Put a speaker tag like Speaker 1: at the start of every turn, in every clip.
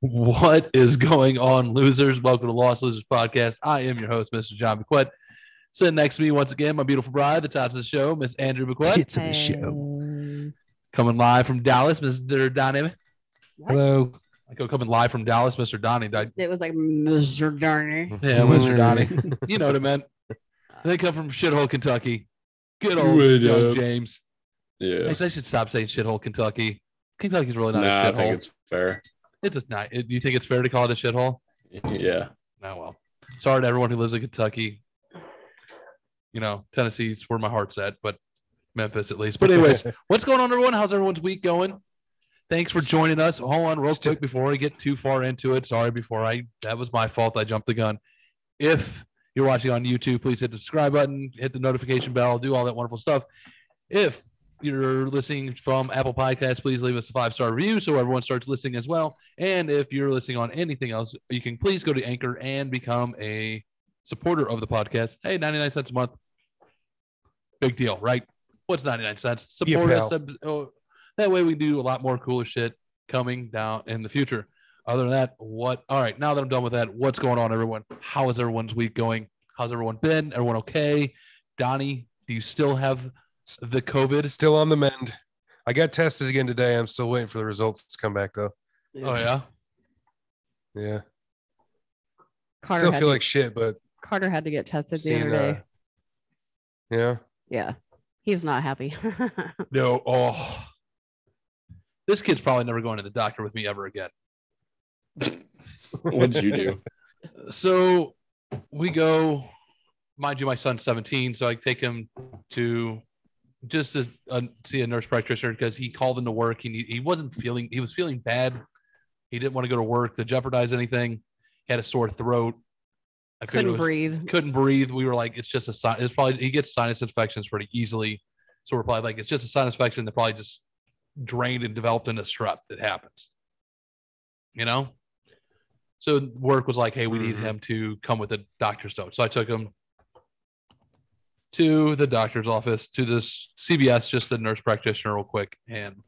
Speaker 1: What is going on, losers? Welcome to Lost Losers Podcast. I am your host, Mr. John McQuett. Sitting next to me once again, my beautiful bride, the top of the show, Miss Andrew McQuett.
Speaker 2: Tits of the show.
Speaker 3: Hey.
Speaker 1: Coming live from Dallas, Mr. Donnie.
Speaker 3: What?
Speaker 2: Hello.
Speaker 1: I go coming live from Dallas, Mr. Donnie. Di-
Speaker 3: It was like Mr. Darner.
Speaker 1: Yeah, Mr. Donnie. you know what I meant. They come from shithole Kentucky. Good old
Speaker 4: What
Speaker 1: young
Speaker 4: up?
Speaker 1: James.
Speaker 4: Yeah.
Speaker 1: Actually, I should stop saying shithole Kentucky. Kentucky's really not
Speaker 4: Nah,
Speaker 1: a
Speaker 4: I think
Speaker 1: shithole.
Speaker 4: it's fair.
Speaker 1: It's just not. Do you think it's fair to call it a shithole?
Speaker 4: Yeah.
Speaker 1: Oh well. Sorry to everyone who lives in Kentucky. You know, Tennessee's where my heart's at, but Memphis at least. But anyways, what's going on, everyone? How's everyone's week going? Thanks for joining us. Hold on, real
Speaker 2: Let's do
Speaker 1: quick
Speaker 2: it.
Speaker 1: before I get too far into it. Sorry, before I that was my fault. I jumped the gun. If you're watching on YouTube, please hit the subscribe button, hit the notification bell, do all that wonderful stuff. If you're listening from Apple Podcasts, please leave us a five star review so everyone starts listening as well. And if you're listening on anything else, you can please go to Anchor and become a supporter of the podcast. Hey, 99 cents a month. Big deal, right? What's 99 cents?
Speaker 2: Be a
Speaker 1: Support us.
Speaker 2: pal.
Speaker 1: sub- oh, that way we do a lot more cooler shit coming down in the future. Other than that, what? All right, now that I'm done with that, what's going on, everyone? How is everyone's week going? How's everyone been? Everyone okay? Donnie, do you still have the COVID?
Speaker 2: Still on the mend. I got tested again today. I'm still waiting for the results to come back though.
Speaker 1: Oh yeah.
Speaker 2: Yeah.
Speaker 3: Carter
Speaker 2: still
Speaker 3: had,
Speaker 2: feel like shit, but
Speaker 3: Carter had to get tested the
Speaker 2: seeing,
Speaker 3: other day.
Speaker 2: uh, yeah.
Speaker 3: yeah, he was not happy.
Speaker 1: No. Oh. This kid's probably never going to the doctor with me ever again.
Speaker 4: What'd you do?
Speaker 1: So we go, mind you, my son's 17, so I take him to just to uh, see a nurse practitioner because he called into work. He he wasn't feeling he was feeling bad. He didn't want to go to work to jeopardize anything. He had a sore throat. I figured it
Speaker 3: Couldn't
Speaker 1: was-
Speaker 3: breathe.
Speaker 1: couldn't breathe. We were like, it's just a sign. It's probably he gets sinus infections pretty easily, so we're probably like, it's just a sinus infection that probably just drained and developed into strep. It happens, you know. So work was like, hey, we need
Speaker 2: Mhm.
Speaker 1: him to come with a doctor's note. So I took him to the doctor's office to this CBS, just the nurse practitioner, real quick, and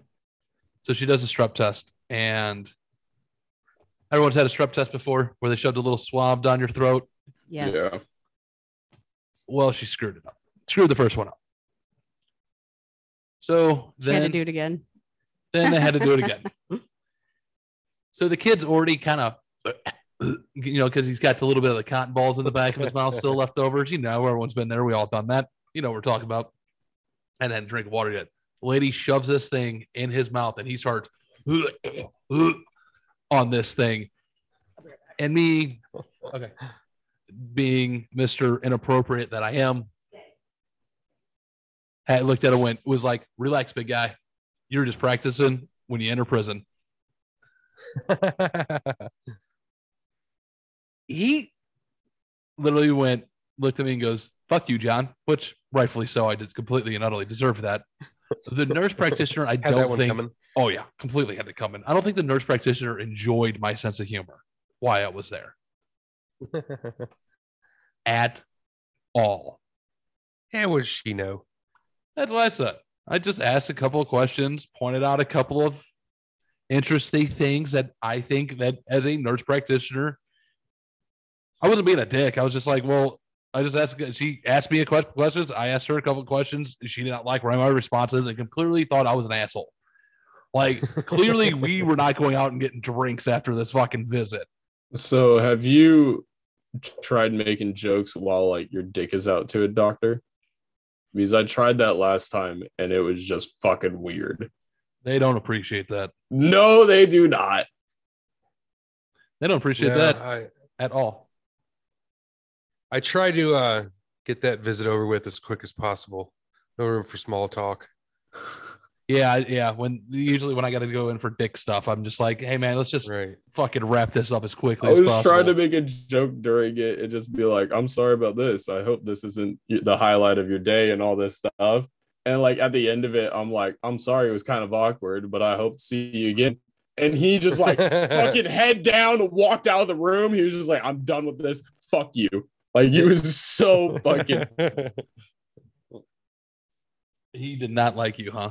Speaker 1: so she does a strep test and. Everyone's had a strep test before where they shoved a little swab down your throat
Speaker 3: Yes.
Speaker 4: Yeah.
Speaker 1: well, she screwed it up. Screwed the first one up. So
Speaker 3: He had to
Speaker 1: then,
Speaker 3: do it again.
Speaker 1: then they had to do it again. So the kid's already kind of, you know, because he's got a little bit of the cotton balls in the back of his mouth still left over. You know, everyone's been there. We all done that. You know, what we're talking about. And then drink water yet. Lady shoves this thing in his mouth and he starts on this thing. And me Okay. being Mr. Inappropriate that I am, had looked at it, went, was like, relax, big guy. You're just practicing when you enter prison. He literally went, looked at me and goes, fuck you, John, which rightfully so. I did completely and utterly deserve that. The nurse practitioner, I
Speaker 2: Had that
Speaker 1: don't
Speaker 2: one
Speaker 1: think,
Speaker 2: coming.
Speaker 1: oh yeah, completely had to come in. I don't think the nurse practitioner enjoyed my sense of humor, why I was there at all.
Speaker 2: yeah, what does she know?
Speaker 1: That's what I said. I just asked a couple of questions, pointed out a couple of interesting things that I think that as a nurse practitioner, I wasn't being a dick. I was just like, well, I just asked. She asked me a question. Questions. I asked her a couple of questions. She did not like my responses and clearly thought I was an asshole. Like clearly, we were not going out and getting drinks after this fucking visit.
Speaker 4: So have you t- tried making jokes while like your dick is out to a doctor? Because I tried that last time and it was just fucking weird.
Speaker 1: They don't appreciate that.
Speaker 4: No, they do not.
Speaker 1: They don't appreciate
Speaker 2: Yeah,
Speaker 1: that
Speaker 2: I,
Speaker 1: at all.
Speaker 2: I try to uh, get that visit over with as quick as possible. No room for small talk.
Speaker 1: Yeah, yeah. When usually when I got to go in for dick stuff, I'm just like, hey man, let's just
Speaker 2: Right.
Speaker 1: fucking wrap this up as quickly
Speaker 4: I
Speaker 1: as
Speaker 4: was
Speaker 1: possible.
Speaker 4: trying to make a joke during it and just be like, I'm sorry about this. I hope this isn't y- the highlight of your day and all this stuff. And like at the end of it, I'm like, I'm sorry, it was kind of awkward, but I hope to see you again. And he just like fucking head down and walked out of the room. He was just like, I'm done with this. Fuck you. Like he was so fucking
Speaker 1: he did not like you, huh?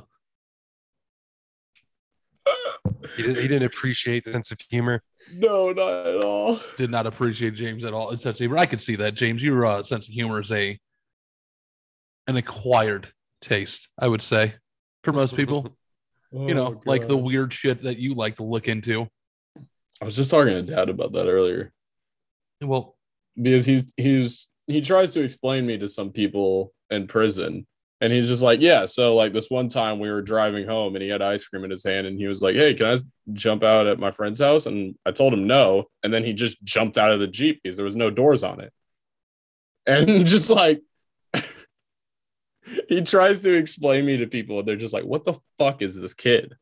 Speaker 2: he, didn't, he didn't appreciate the sense of humor.
Speaker 4: No, not at all.
Speaker 1: Did not appreciate James at all. It's such a, I could see that, James. Your uh, sense of humor is a an acquired taste, I would say, for most people. you know,
Speaker 4: Oh,
Speaker 1: like the
Speaker 4: gosh.
Speaker 1: weird shit that you like to look into.
Speaker 4: I was just talking to dad about that earlier
Speaker 1: Well,
Speaker 4: because he's he's he tries to explain me to some people in prison, and he's just like, yeah. So like this one time we were driving home, and he had ice cream in his hand, and he was like, hey, can I jump out at my friend's house? And I told him no, and then he just jumped out of the jeep because there was no doors on it, and just like. He tries to explain me to people, and they're just like, "What the fuck is this kid?"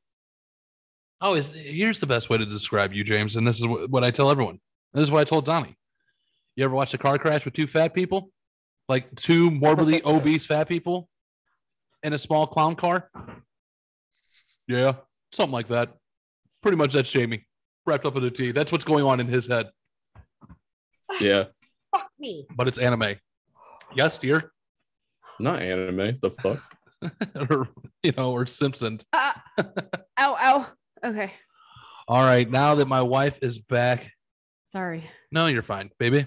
Speaker 1: oh, is here's the best way to describe you, James, and this is wh- what I tell everyone. This is what I told Donnie. You ever watch a car crash with two fat people, like two morbidly obese fat people, in a small clown car? Yeah, something like that. Pretty much that's Jamie wrapped up in a T. That's what's going on in his head,
Speaker 4: Yeah,
Speaker 3: Fuck me.
Speaker 1: but it's anime. Yes, dear,
Speaker 4: not anime. The fuck.
Speaker 1: or you know, or Simpsons.
Speaker 3: Ah. ow, ow. Okay.
Speaker 1: All right, now that my wife is back,
Speaker 3: Sorry.
Speaker 1: no, you're fine, baby.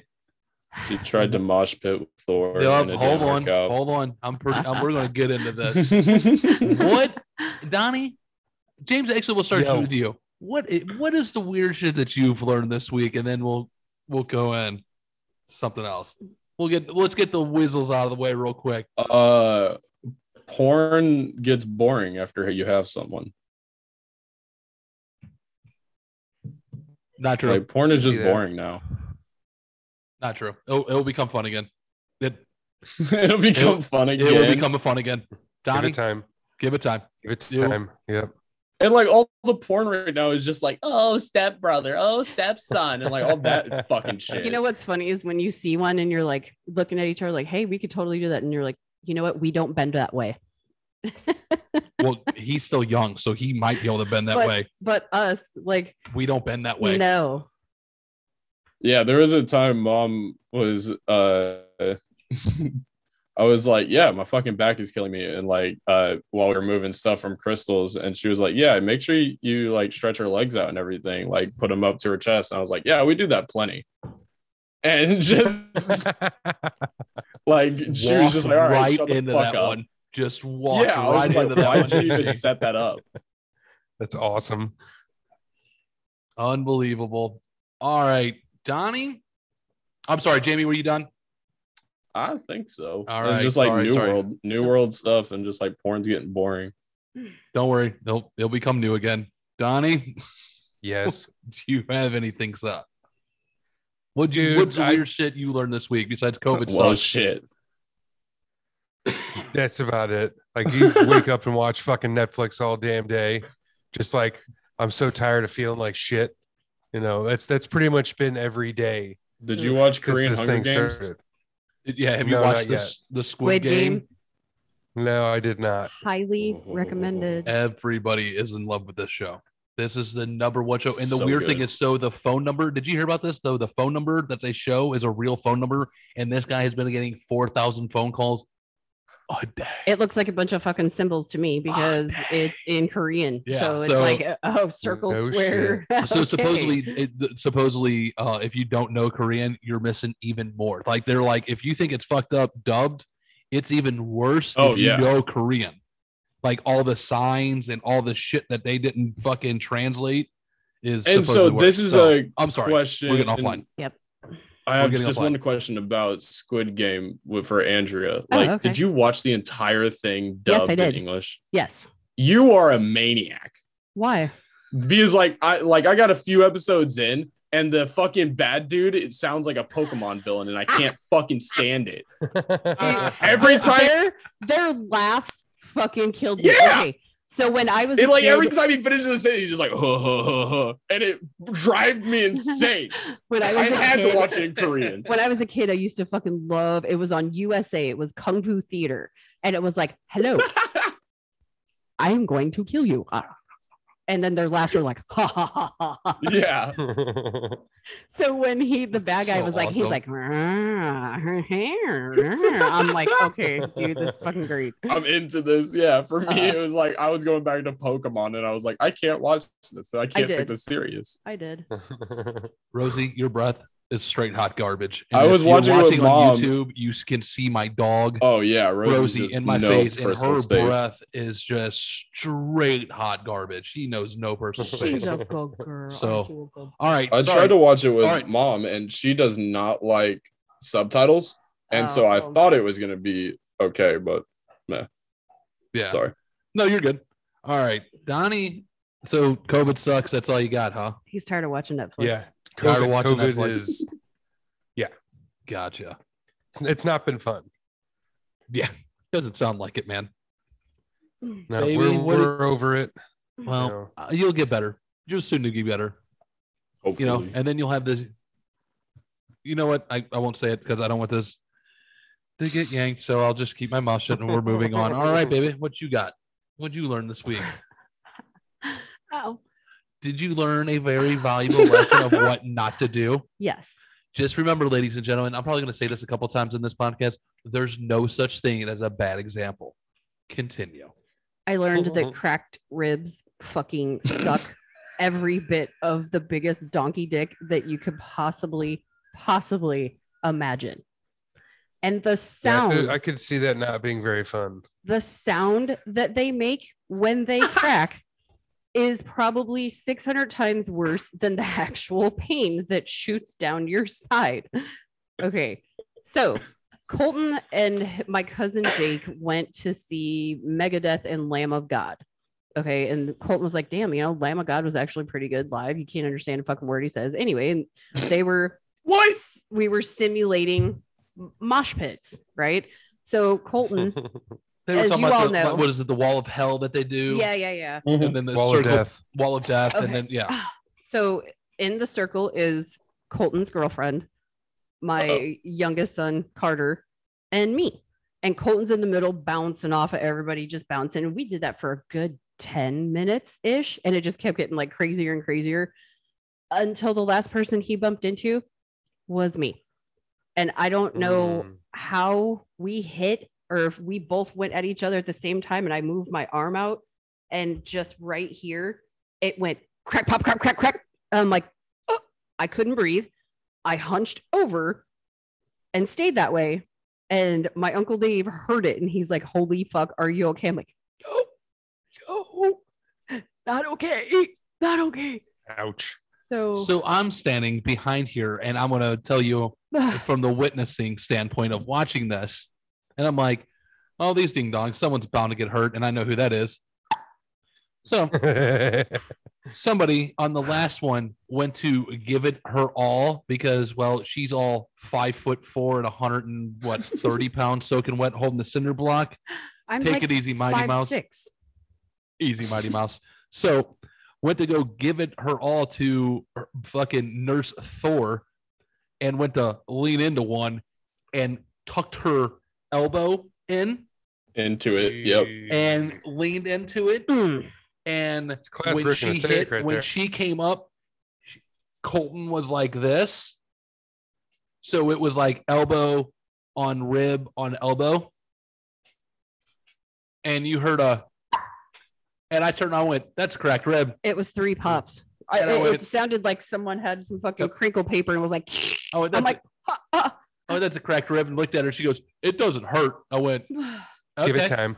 Speaker 4: She tried to mosh pit with Thor.
Speaker 1: Yeah,
Speaker 4: and it
Speaker 1: hold
Speaker 4: didn't
Speaker 1: on,
Speaker 4: work out.
Speaker 1: hold on. I'm pretty. I'm, we're gonna get into this. what, Donnie? James, actually, we'll start
Speaker 2: Yo.
Speaker 1: with you. What i- What is the weird shit that you've learned this week, and then we'll we'll go in something else. We'll get let's get the whizzles out of the way real quick.
Speaker 4: uh, porn gets boring after you have someone.
Speaker 1: Not true.
Speaker 4: Like porn is
Speaker 2: See
Speaker 4: just
Speaker 2: that.
Speaker 4: boring now.
Speaker 1: Not true. It'll, it'll become fun again. It
Speaker 4: It'll become
Speaker 1: It'll-
Speaker 4: fun
Speaker 1: it
Speaker 4: again.
Speaker 1: will become fun again.
Speaker 2: Give
Speaker 1: Donnie,
Speaker 2: it time.
Speaker 1: give it time.
Speaker 2: Give it
Speaker 1: You-
Speaker 2: time. Yep.
Speaker 4: and like all the porn right now is just like, oh stepbrother, oh stepson, and like all that fucking shit.
Speaker 3: You know what's funny is when you see one and you're like looking at each other like, hey, we could totally do that. And you're like, you know what? We don't bend that way.
Speaker 1: Well, he's still young, so he might be able to bend that
Speaker 3: but,
Speaker 1: way.
Speaker 3: But us, like,
Speaker 1: We don't bend that way.
Speaker 3: no.
Speaker 4: Yeah, there was a time mom was uh I was like, yeah, my fucking back is killing me. And like uh while we were moving stuff from crystals, and she was like, Yeah, make sure you like stretch her legs out and everything, like put them up to her chest. And I was like, Yeah, we do that plenty. And just like she was just like, All right, shut the
Speaker 1: into
Speaker 4: fuck
Speaker 1: that
Speaker 4: up.
Speaker 1: one. Just walk
Speaker 4: Yeah, I
Speaker 1: right
Speaker 4: was
Speaker 1: into
Speaker 4: like,
Speaker 1: that one.
Speaker 4: why'd you even set that up?
Speaker 2: That's awesome.
Speaker 1: Unbelievable. All right, Donnie. I'm sorry, Jamie. Were you done?
Speaker 4: I think so.
Speaker 1: All
Speaker 4: it's
Speaker 1: right,
Speaker 4: just like
Speaker 1: sorry,
Speaker 4: new
Speaker 1: sorry.
Speaker 4: world, new world stuff, and just like porn's getting boring.
Speaker 1: Don't worry, they'll they'll become new again. Donnie,
Speaker 2: Yes.
Speaker 1: do you have anything up? What you?
Speaker 2: Dude,
Speaker 1: What's the
Speaker 2: I-
Speaker 1: weird shit you learned this week besides COVID
Speaker 4: Well,
Speaker 1: sucks?
Speaker 4: shit.
Speaker 2: That's about it. Like you wake up and watch fucking Netflix all damn day. Just like I'm so tired of feeling like shit. You know, that's that's pretty much been every day
Speaker 4: Did you watch
Speaker 2: since
Speaker 4: Korean
Speaker 2: this
Speaker 4: Hunger
Speaker 2: thing
Speaker 4: Games?
Speaker 2: started.
Speaker 1: Yeah, have you
Speaker 2: No,
Speaker 1: watched
Speaker 2: not
Speaker 1: this? The Squid,
Speaker 3: Squid
Speaker 1: game?
Speaker 3: Game.
Speaker 2: No, I did not.
Speaker 3: Highly recommended.
Speaker 1: Everybody is in love with this show. This is the number one show. And the
Speaker 4: So
Speaker 1: weird thing
Speaker 4: good.
Speaker 1: is, so the phone number. Did you hear about this? Though the phone number that they show is a real phone number, and this guy has been getting four thousand phone calls a day.
Speaker 3: it looks like a bunch of fucking symbols to me because it's in Korean.
Speaker 1: Yeah,
Speaker 3: so it's
Speaker 1: so-
Speaker 3: like oh circle
Speaker 2: No
Speaker 3: square.
Speaker 1: so
Speaker 3: Okay.
Speaker 1: supposedly it, th- supposedly uh, if you don't know korean you're missing even more like they're like if you think it's fucked up dubbed it's even worse
Speaker 4: Oh,
Speaker 1: if
Speaker 4: yeah.
Speaker 1: you know korean like all the signs and all the shit that they didn't fucking translate is
Speaker 4: And so
Speaker 1: supposedly worse.
Speaker 4: this is
Speaker 1: So,
Speaker 4: a
Speaker 1: i'm sorry
Speaker 4: question.
Speaker 1: we're getting offline
Speaker 4: I have
Speaker 1: We're getting
Speaker 4: just
Speaker 1: offline.
Speaker 4: one question about Squid Game with, for Andrea. Like,
Speaker 3: Oh, okay.
Speaker 4: did you watch the entire thing
Speaker 3: Yes, I
Speaker 4: dubbed
Speaker 3: did.
Speaker 4: in English?
Speaker 3: yes.
Speaker 4: You are a maniac.
Speaker 3: Why?
Speaker 4: Because like I like I got a few episodes in, and the fucking bad dude it sounds like a Pokemon villain, and I can't fucking stand it. Every time,
Speaker 3: Their their laugh fucking killed me.
Speaker 4: Yeah!
Speaker 3: Okay. So when I was
Speaker 4: it,
Speaker 3: a
Speaker 4: like every
Speaker 3: kid-
Speaker 4: time he finishes the sentence, he's just like, huh, huh, huh, huh, and it drives me insane.
Speaker 3: when
Speaker 4: I
Speaker 3: I was a
Speaker 4: had
Speaker 3: kid-
Speaker 4: to watch it in Korean.
Speaker 3: when I was a kid, I used to fucking love it was on USA, it was Kung Fu Theater. And it was like, hello, I am going to kill you. Ah. and then their laughter like ha ha ha ha. ha.
Speaker 4: yeah.
Speaker 3: So when he the bad guy
Speaker 2: So
Speaker 3: was like he's
Speaker 2: awesome.
Speaker 3: like "Rah, her hair, rah." I'm like okay dude this is fucking great.
Speaker 4: I'm into this. Yeah. For me,
Speaker 3: Uh.
Speaker 4: it was like I was going back to Pokemon and I was like, I can't watch this. I can't
Speaker 3: did.
Speaker 4: take this serious.
Speaker 3: I did.
Speaker 1: Rosie, your breath is straight hot garbage.
Speaker 4: I was
Speaker 1: if you're
Speaker 4: watching it with
Speaker 1: on
Speaker 4: Mom.
Speaker 1: YouTube. You can see my dog
Speaker 4: Oh yeah,
Speaker 1: Rosie,
Speaker 4: Rosie
Speaker 1: in my
Speaker 4: no
Speaker 1: face, and
Speaker 4: personal
Speaker 1: her
Speaker 4: space.
Speaker 1: breath is just straight hot garbage. She knows no personal
Speaker 3: She's
Speaker 1: space.
Speaker 3: a good girl.
Speaker 1: So-
Speaker 3: She's a good
Speaker 1: All right,
Speaker 4: I
Speaker 1: sorry.
Speaker 4: tried to watch it with
Speaker 1: All right.
Speaker 4: mom, and she does not like subtitles, and so I
Speaker 3: Oh.
Speaker 4: thought it was gonna be okay, but
Speaker 1: yeah.
Speaker 4: sorry.
Speaker 1: No, you're good. All right, Donnie. So COVID sucks. That's all you got, huh?
Speaker 3: He's tired of watching Netflix.
Speaker 2: yeah.
Speaker 1: Tired of
Speaker 2: COVID,
Speaker 1: watching
Speaker 2: COVID
Speaker 1: Netflix.
Speaker 2: is
Speaker 1: Gotcha.
Speaker 2: it's, it's not been fun.
Speaker 1: Doesn't sound like it, man.
Speaker 2: No,
Speaker 1: Baby,
Speaker 2: we're,
Speaker 1: what did-
Speaker 2: we're over it.
Speaker 1: Well,
Speaker 2: No.
Speaker 1: uh, you'll get better. You're soon to get better. you
Speaker 4: Hopefully,
Speaker 1: know, and then you'll have this. You know what? I, I won't say it because I don't want this to get yanked. So I'll just keep my mouth shut and we're moving on. All right, baby, what you got? What'd you learn this week?
Speaker 3: Oh
Speaker 1: Did you learn a very valuable lesson of what not to do?
Speaker 3: yes.
Speaker 1: Just remember, ladies and gentlemen, I'm probably going to say this a couple times in this podcast. There's no such thing as a bad example. Continue.
Speaker 3: I learned
Speaker 2: Mm-hmm.
Speaker 3: that cracked ribs fucking suck every bit of the biggest donkey dick that you could possibly, possibly imagine. And the
Speaker 2: Yeah, I
Speaker 3: sound,
Speaker 2: could- I could see that not being very fun.
Speaker 3: the sound that they make when they crack is probably 600 times worse than the actual pain that shoots down your side. Okay. So Colton and my cousin Jake went to see Megadeth and Lamb of God. Okay. And Colton was like, damn, you know, Lamb of God was actually pretty good live. You can't understand a fucking word he says. Anyway, and they were
Speaker 4: what?
Speaker 3: we were simulating m- mosh pits, right? So Colton,
Speaker 1: They were
Speaker 3: As
Speaker 1: talking
Speaker 3: you
Speaker 1: about
Speaker 3: all
Speaker 1: the,
Speaker 3: know-
Speaker 1: what is it, the wall of hell that they do?
Speaker 3: yeah, yeah, yeah.
Speaker 1: And then the
Speaker 2: Wall of
Speaker 1: circle-
Speaker 2: death.
Speaker 1: Wall of death.
Speaker 3: Okay.
Speaker 1: And then, yeah.
Speaker 3: so in the circle is Colton's girlfriend, my
Speaker 4: Uh-oh.
Speaker 3: youngest son Carter, and me. And Colton's in the middle, bouncing off of everybody, just bouncing. And we did that for a good 10 minutes ish. And it just kept getting like crazier and crazier until the last person he bumped into was me. And I don't know
Speaker 2: Mm.
Speaker 3: how we hit or if we both went at each other at the same time and I moved my arm out and just right here it went crack pop crack crack crack. I'm like, oh, I couldn't breathe. I hunched over and stayed that way. And my uncle Dave heard it and he's like, Holy fuck, are you okay? I'm like, No, no, not okay, not okay.
Speaker 2: Mm, Ouch.
Speaker 3: So,
Speaker 1: So I'm standing behind here and I'm going to tell you from the witnessing standpoint of watching this. And I'm like, oh, these ding dongs, someone's bound to get hurt. And I know who that is. So somebody on the last one went to give it her all because, well, she's all five foot four and 100 and what, 30 pounds soaking wet holding the cinder block.
Speaker 3: I'm
Speaker 1: Take
Speaker 3: like
Speaker 1: it easy, Mighty
Speaker 3: five,
Speaker 1: Mouse.
Speaker 3: six.
Speaker 1: Easy, Mighty Mouse. So went to go give it her all to fucking Nurse Thor and went to lean into one and tucked her elbow in
Speaker 4: Into it. Yep.
Speaker 1: and leaned into it.
Speaker 3: Mm.
Speaker 1: And
Speaker 2: it's class
Speaker 1: when
Speaker 2: version
Speaker 1: she
Speaker 2: of static
Speaker 1: hit,
Speaker 2: right
Speaker 1: when
Speaker 2: there.
Speaker 1: she came up, she- Colton was like this. So it was like elbow on rib on elbow. And you heard a and I turned on and went, that's cracked rib.
Speaker 3: It was three
Speaker 1: Mm-hmm.
Speaker 3: pops. I,
Speaker 1: Yeah,
Speaker 3: it,
Speaker 1: well,
Speaker 3: it sounded like someone had some fucking
Speaker 1: Yep.
Speaker 3: crinkle paper and was like,
Speaker 1: I went, Oh, that's,
Speaker 3: I'm like, "Ah, ah."
Speaker 1: oh, that's a cracked rib. And looked at her. She goes, it doesn't hurt. I went,
Speaker 3: Oh
Speaker 2: Give it
Speaker 1: okay,
Speaker 2: time.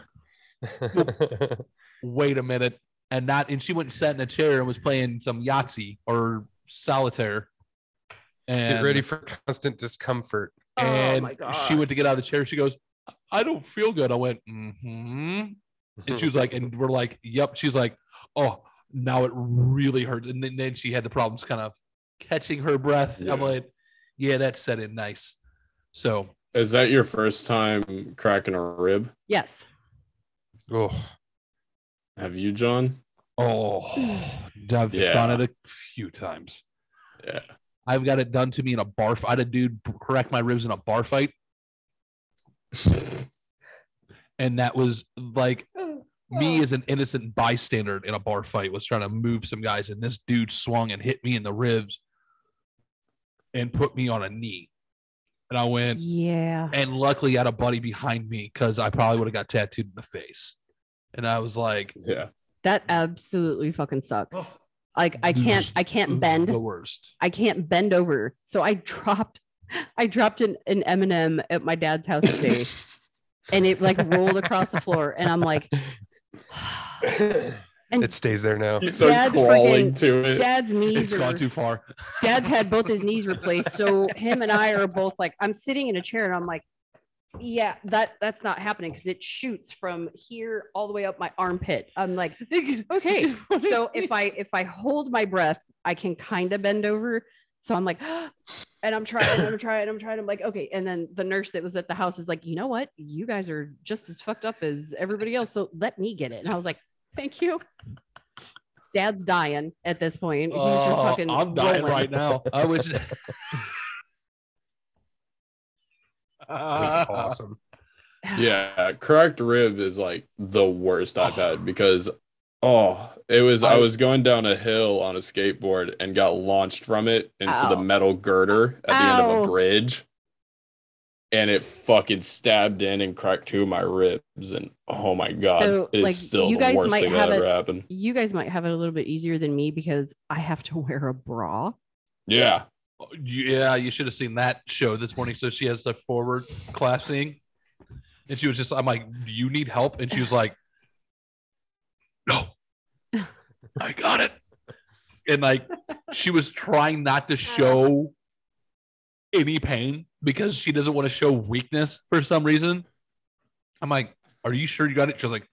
Speaker 1: wait a minute. And not, and she went and sat in a chair and was playing some Yahtzee or solitaire. And
Speaker 2: Get ready for constant discomfort.
Speaker 3: oh
Speaker 1: and
Speaker 3: my god.
Speaker 1: she went to get out of the chair. She goes, I don't feel good. I went, mm-hmm. And she was like, and we're like, yep. She's like, oh, now it really hurts. And then, then she had the problems kind of catching her breath.
Speaker 4: Yeah.
Speaker 1: I'm like, yeah, that set in nice. So
Speaker 4: Is that your first time cracking a rib?
Speaker 3: yes.
Speaker 2: oh,
Speaker 4: Have you, John?
Speaker 1: Oh, I've
Speaker 4: Yeah.
Speaker 1: done it a few times.
Speaker 4: Yeah.
Speaker 1: I've got it done to me in a bar. I had a dude crack my ribs in a bar fight, and that was like me as an innocent bystander in a bar fight was trying to move some guys, and this dude swung and hit me in the ribs and put me on a knee. And I went,
Speaker 3: Yeah.
Speaker 1: and luckily I had a buddy behind me because I probably would have got tattooed in the face. And I was like,
Speaker 4: Yeah.
Speaker 3: That absolutely fucking sucks.
Speaker 1: Oh.
Speaker 3: Like I
Speaker 1: Mm-hmm.
Speaker 3: can't I can't
Speaker 1: the
Speaker 3: bend.
Speaker 1: worst.
Speaker 3: I can't bend over. So I dropped I dropped an, an M&M at my dad's house today and it like rolled across the floor and I'm like and
Speaker 2: It stays there now.
Speaker 4: He's so
Speaker 3: Dad's
Speaker 4: crawling
Speaker 3: freaking-
Speaker 4: to it.
Speaker 3: dad's
Speaker 1: It's
Speaker 3: knees
Speaker 1: gone
Speaker 3: are
Speaker 1: too far.
Speaker 3: dad's had both his knees replaced. So him and I are both like, I'm sitting in a chair and I'm like, yeah, that that's not happening because it shoots from here all the way up my armpit. I'm like, okay. So if I if I hold my breath, I can kind of bend over. So I'm like, and I'm trying, and I'm trying, and I'm trying. I'm like, okay. And then the nurse that was at the house is like, you know what? You guys are just as fucked up as everybody else. So let me get it. And I was like, thank you. Dad's dying at this point. He's just
Speaker 1: Oh,
Speaker 3: fucking
Speaker 1: I'm dying
Speaker 3: rolling.
Speaker 1: right now. I wish.
Speaker 2: That's awesome.
Speaker 4: yeah cracked rib is like the worst i've had because oh it was i
Speaker 1: I-
Speaker 4: was going down a hill on a skateboard and got launched from it into
Speaker 3: Ow.
Speaker 4: the metal girder at the end of
Speaker 3: Oh. Ow.
Speaker 4: a bridge and it fucking stabbed in and cracked two of my ribs and oh my god
Speaker 3: So,
Speaker 4: it is
Speaker 3: like,
Speaker 4: still
Speaker 3: you
Speaker 4: the
Speaker 3: guys
Speaker 4: worst
Speaker 3: might
Speaker 4: thing
Speaker 3: have
Speaker 4: that ever
Speaker 3: a-
Speaker 4: happened
Speaker 3: you guys might have it a little bit easier than me because I have to wear a bra.
Speaker 4: yeah
Speaker 1: Oh, Yeah, you should have seen that show this morning. So she has the forward collapsing, and she was just, I'm like, "Do you need help?" And she was like, "No, I got it." And like, she was trying not to show any pain because she doesn't want to show weakness for some reason. I'm like, "Are you sure you got it?" She was like,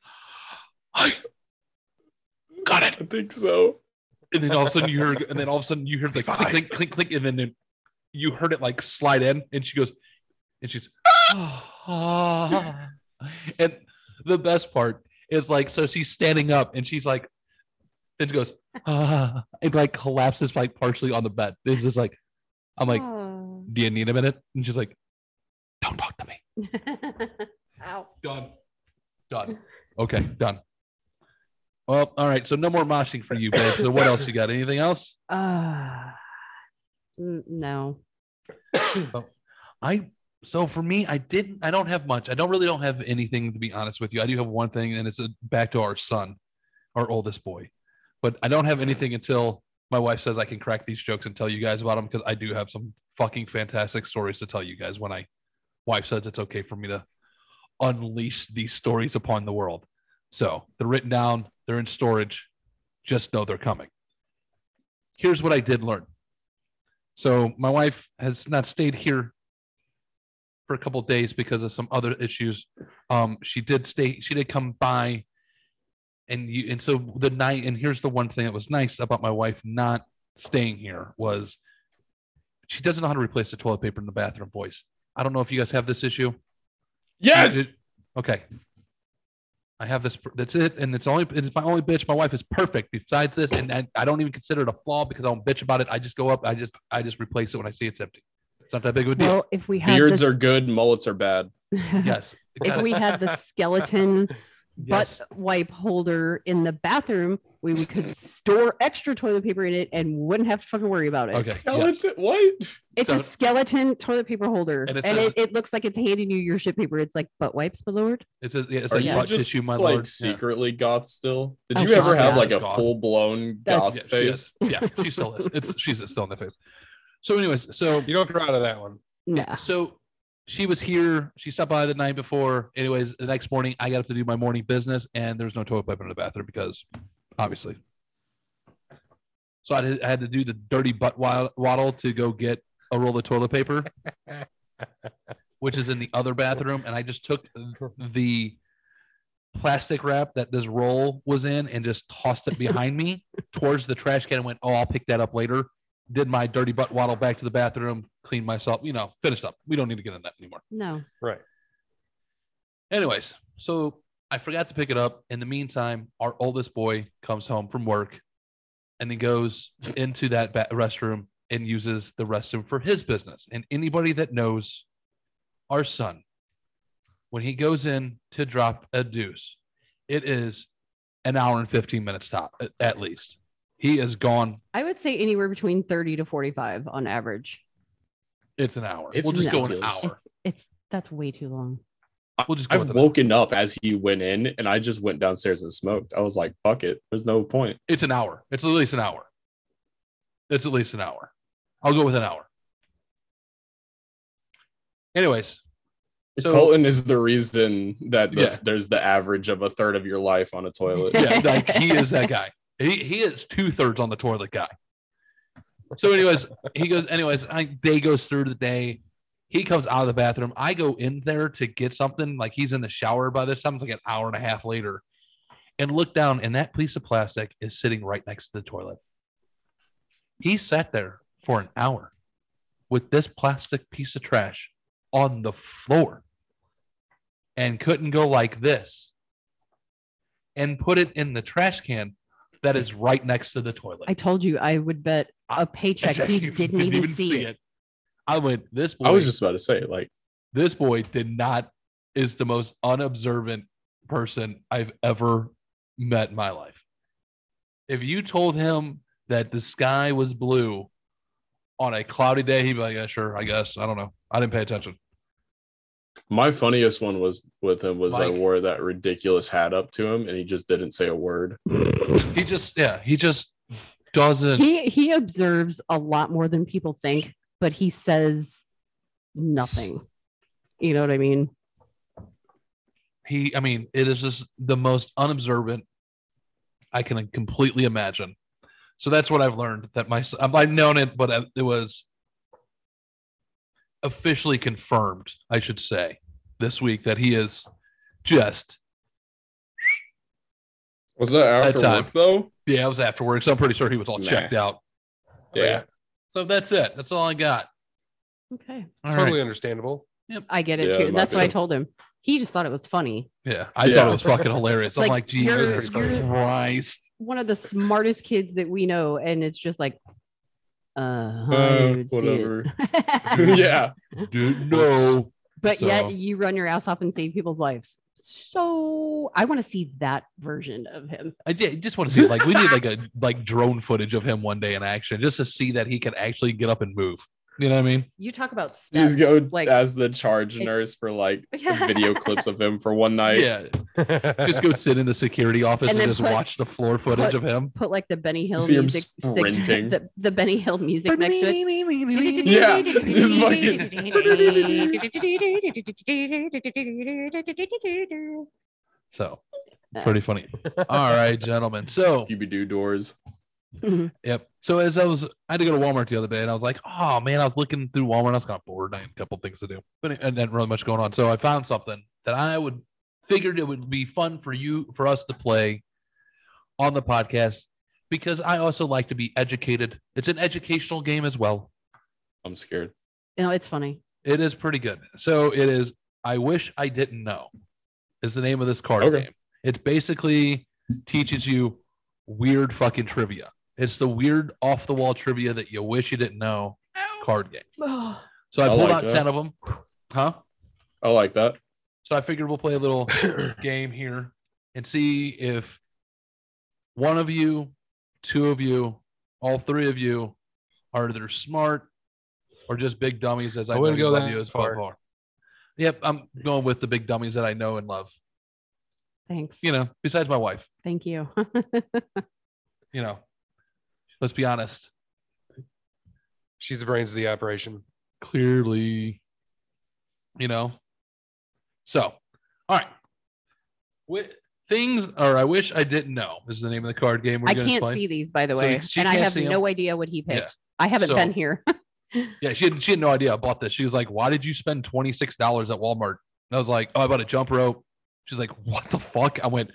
Speaker 1: "I got it."
Speaker 4: i think so
Speaker 1: and then all of a sudden you hear, and then all of a sudden you hear the
Speaker 2: Fine.
Speaker 1: click, click, click, click, and then it- you heard it like slide in, and she goes, and she's, and the best part is like, so she's standing up, and she's like, and she goes, ah, and like collapses like partially on the bed. It's just like, I'm like, do you need a minute? And she's like, don't talk to me.
Speaker 3: Ow.
Speaker 1: Done, done. Okay, done. Well, all right. So no more moshing for you, babe. So what else you got? Anything else?
Speaker 3: Uh, n- no.
Speaker 1: I so for me, I didn't. I don't have much. I don't really don't have anything to be honest with you. I do have one thing, and it's uh back to our son, our oldest boy. But I don't have anything until my wife says I can crack these jokes and tell you guys about them because I do have some fucking fantastic stories to tell you guys when I wife says it's okay for me to unleash these stories upon the world. So they're written down, they're in storage. Just know they're coming. Here's what I did learn. So my wife has not stayed here for a couple of days because of some other issues. Um, she did stay. She did come by, and you. And so the night. And here's the one thing that was nice about my wife not staying here was she doesn't know how to replace the toilet paper in the bathroom. Boys, I don't know if you guys have this issue.
Speaker 4: yes
Speaker 1: It- okay. I have this. That's it, and it's only it's my only bitch. My wife is perfect. Besides this, and I, I don't even consider it a flaw because I don't bitch about it. I just go up. I just I just replace it when I see it's empty. It's not that big of a deal.
Speaker 3: Well, if we had
Speaker 4: beards
Speaker 3: the,
Speaker 4: are good mullets are bad
Speaker 1: yes.
Speaker 3: if
Speaker 1: Got it.
Speaker 3: we had the skeleton
Speaker 1: Yes.
Speaker 3: butt wipe holder in the bathroom, we would- could store extra toilet paper in it and wouldn't have to fucking worry about it.
Speaker 1: Okay. yes.
Speaker 4: Skeleton- what
Speaker 3: It's a
Speaker 1: So-
Speaker 3: skeleton toilet paper holder,
Speaker 1: And
Speaker 3: and,
Speaker 1: it
Speaker 3: it,
Speaker 1: says-
Speaker 3: it, looks like it's handing you your shit paper. It's like butt wipes, my lord.
Speaker 1: It's a, yeah, it's
Speaker 4: Are
Speaker 1: like
Speaker 3: you
Speaker 1: butt
Speaker 4: just,
Speaker 1: tissue, my
Speaker 4: like
Speaker 1: lord.
Speaker 4: secretly goth still did
Speaker 3: Oh,
Speaker 4: you ever
Speaker 3: God,
Speaker 4: have
Speaker 1: yeah.
Speaker 4: like a
Speaker 1: Goth.
Speaker 4: full-blown
Speaker 3: That's-
Speaker 4: goth
Speaker 1: Yeah. Yeah, she
Speaker 4: phase
Speaker 1: is. yeah, she still is. It's she's still in the face. So, anyways, so
Speaker 2: You don't grow out of that one.
Speaker 3: Nah.
Speaker 1: so she was here. She stopped by the night before. Anyways, the next morning I got up to do my morning business, and there was no toilet paper in the bathroom because, obviously. So I had, I had to do the dirty butt wa- waddle to go get a roll of toilet paper, which is in the other bathroom, and I just took the plastic wrap that this roll was in and just tossed it behind me towards the trash can and went, "Oh, I'll pick that up later." Did my dirty butt waddle back to the bathroom, cleaned myself, you know, finished up. We don't need to get in that anymore.
Speaker 3: No.
Speaker 2: Right.
Speaker 1: Anyways, so I forgot to pick it up. In the meantime, our oldest boy comes home from work and he goes into that ba- restroom and uses the restroom for his business. And anybody that knows our son, when he goes in to drop a deuce, it is an hour and 15 minutes top at- at least. He is gone.
Speaker 3: I would say anywhere between 30 to 45 on average.
Speaker 1: It's an hour.
Speaker 4: It's
Speaker 1: we'll just
Speaker 4: ridiculous.
Speaker 1: go an hour.
Speaker 3: It's that's way too long.
Speaker 1: We'll just go
Speaker 4: I've
Speaker 1: with an hour.
Speaker 4: woken up as he went in and I just went downstairs and smoked. I was like, fuck it. There's no point.
Speaker 1: It's an hour. It's at least an hour. It's at least an hour. I'll go with an hour. Anyways, So-
Speaker 4: Colton is the reason that the,
Speaker 1: Yeah.
Speaker 4: there's the average of a third of your life on a toilet.
Speaker 1: yeah, like he is that guy. He he is two thirds on the toilet guy. So, anyways, he goes. Anyways, I, day goes through the day. He comes out of the bathroom. I go in there to get something. Like he's in the shower by this time. It's like an hour and a half later, and look down, and that piece of plastic is sitting right next to the toilet. He sat there for an hour with this plastic piece of trash on the floor and couldn't go like this and put it in the trash can that is right next to the toilet.
Speaker 3: I told you I would bet a paycheck
Speaker 1: Exactly.
Speaker 3: he didn't, even, see, it.
Speaker 1: I went, this boy,
Speaker 4: I was just about to say, like,
Speaker 1: this boy did not is the most unobservant person I've ever met in my life. If you told him that the sky was blue on a cloudy day, he'd be like, yeah, sure, I guess. I don't know. I didn't pay attention.
Speaker 4: my funniest one was with him was I
Speaker 1: Mike.
Speaker 4: wore that ridiculous hat up to him and he just didn't say a word.
Speaker 1: He just, yeah, he just doesn't.
Speaker 3: He he observes a lot more than people think, but he says nothing. You know what I mean?
Speaker 1: he i mean it is just the most unobservant i can completely imagine so that's what i've learned that my i've I've known it but I- it was officially confirmed i should say this week that he is just
Speaker 4: Was that after
Speaker 1: time.
Speaker 4: work though?
Speaker 1: yeah it was afterwards so i'm pretty sure he was all
Speaker 4: Nah.
Speaker 1: checked out Oh,
Speaker 4: Yeah.
Speaker 1: so that's it that's all i got
Speaker 3: Okay.
Speaker 1: All right.
Speaker 2: totally understandable.
Speaker 3: I get it
Speaker 4: Yeah,
Speaker 3: too.
Speaker 4: it might
Speaker 3: That's what I
Speaker 4: be.
Speaker 3: told him. He just thought it was funny.
Speaker 1: yeah i
Speaker 4: Yeah.
Speaker 1: thought it was fucking hilarious i'm
Speaker 3: Like,
Speaker 1: like
Speaker 3: you're-
Speaker 1: jesus
Speaker 3: you're-
Speaker 1: christ
Speaker 3: One of the smartest kids that we know, and it's just like, uh, I
Speaker 4: Uh,
Speaker 3: would see it.
Speaker 4: whatever. yeah.
Speaker 1: dude no
Speaker 3: but
Speaker 1: So-
Speaker 3: yet you run your ass off and save people's lives. So I want to see that version of him.
Speaker 1: I ju- just want to see like we need like a like drone footage of him one day in action just to see that he can actually get up and move. You know what I mean?
Speaker 3: You talk about steps,
Speaker 4: Just go
Speaker 3: like
Speaker 4: as the charge nurse for like video clips of him for one night.
Speaker 1: yeah. Just go sit in the security office
Speaker 3: And
Speaker 1: and,
Speaker 3: then
Speaker 1: just
Speaker 3: put-
Speaker 1: watch the floor footage
Speaker 3: put-
Speaker 1: of him.
Speaker 3: put like the Benny Hill
Speaker 4: See him
Speaker 3: music,
Speaker 4: sprinting.
Speaker 3: the, the Benny Hill music next to it.
Speaker 1: Yeah.
Speaker 4: Yeah, just
Speaker 1: So pretty funny. All right, gentlemen. So
Speaker 4: Scooby Doo doors.
Speaker 3: Mhm.
Speaker 1: Yep. So as I was, I had to go to Walmart the other day, and I was like, "Oh man, I was looking through Walmart. I was kind of bored. I had a couple things to do, but and not really much going on. So I found something that I would figured it would be fun for you for us to play on the podcast because I also like to be educated. It's an educational game as well.
Speaker 4: I'm scared.
Speaker 3: No, it's funny.
Speaker 1: It is pretty good. So it is. I wish I didn't know. Is the name of this card
Speaker 4: Okay.
Speaker 1: game? It basically teaches you weird fucking trivia. It's the weird off the wall trivia that you wish you didn't know card game.
Speaker 3: Oh,
Speaker 1: So I,
Speaker 4: I
Speaker 1: pulled
Speaker 4: like
Speaker 1: out
Speaker 4: that.
Speaker 1: ten of them, huh?
Speaker 4: I like that.
Speaker 1: So I figured we'll play a little game here and see if one of you, two of you, all three of you are either smart or just big dummies as I,
Speaker 2: I wouldn't
Speaker 1: know you
Speaker 2: go
Speaker 1: love
Speaker 2: that
Speaker 1: you as
Speaker 2: far.
Speaker 1: far. Yep, I'm going with the big dummies that I know and love.
Speaker 3: thanks.
Speaker 1: You know, besides my wife.
Speaker 3: Thank you.
Speaker 1: You know, let's be honest.
Speaker 2: She's the brains of the operation.
Speaker 1: Clearly, you know. So, all right. Wi- things, or I wish I didn't know is the name of the card game we're
Speaker 3: I
Speaker 1: going to
Speaker 3: can't
Speaker 1: play.
Speaker 3: see these, by the
Speaker 1: So
Speaker 3: way,
Speaker 1: she
Speaker 3: and I
Speaker 1: can't
Speaker 3: have
Speaker 1: see 'em.
Speaker 3: no idea what he picked.
Speaker 1: Yeah.
Speaker 3: I haven't
Speaker 1: So-
Speaker 3: been here.
Speaker 1: Yeah, she had she had no idea I bought this. She was like, "Why did you spend twenty six dollars at Walmart?" And I was like, "Oh, I bought a jump rope." She's like, "What the fuck?" I went,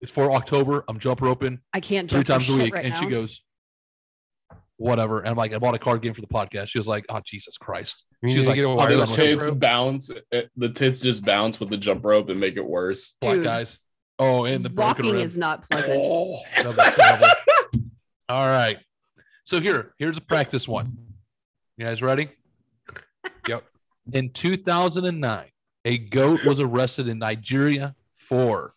Speaker 1: "It's for October. I'm jump roping
Speaker 3: I can't
Speaker 1: three times
Speaker 3: jump for
Speaker 1: a
Speaker 3: shit
Speaker 1: week,"
Speaker 3: right
Speaker 1: and she
Speaker 3: now.
Speaker 1: goes, "Whatever." And I'm like, "I bought a card game for the podcast." She was like, "Oh, Jesus Christ!"
Speaker 2: You
Speaker 1: She's
Speaker 2: need to
Speaker 1: like,
Speaker 2: get a
Speaker 1: "Oh,
Speaker 4: The
Speaker 1: Wireless
Speaker 2: wireless.
Speaker 1: that's- jump
Speaker 4: tits
Speaker 1: rope.
Speaker 4: bounce. eh, The tits just bounce with the jump rope and make it worse.
Speaker 1: Black
Speaker 3: Dude.
Speaker 1: guys. Oh, and the broken
Speaker 3: Walking
Speaker 1: rib.
Speaker 3: is not pleasant.
Speaker 4: Oh.
Speaker 1: That was terrible. All right. So here, here's a practice one. You guys ready?
Speaker 2: Yep.
Speaker 1: In 2009, a goat was arrested in Nigeria for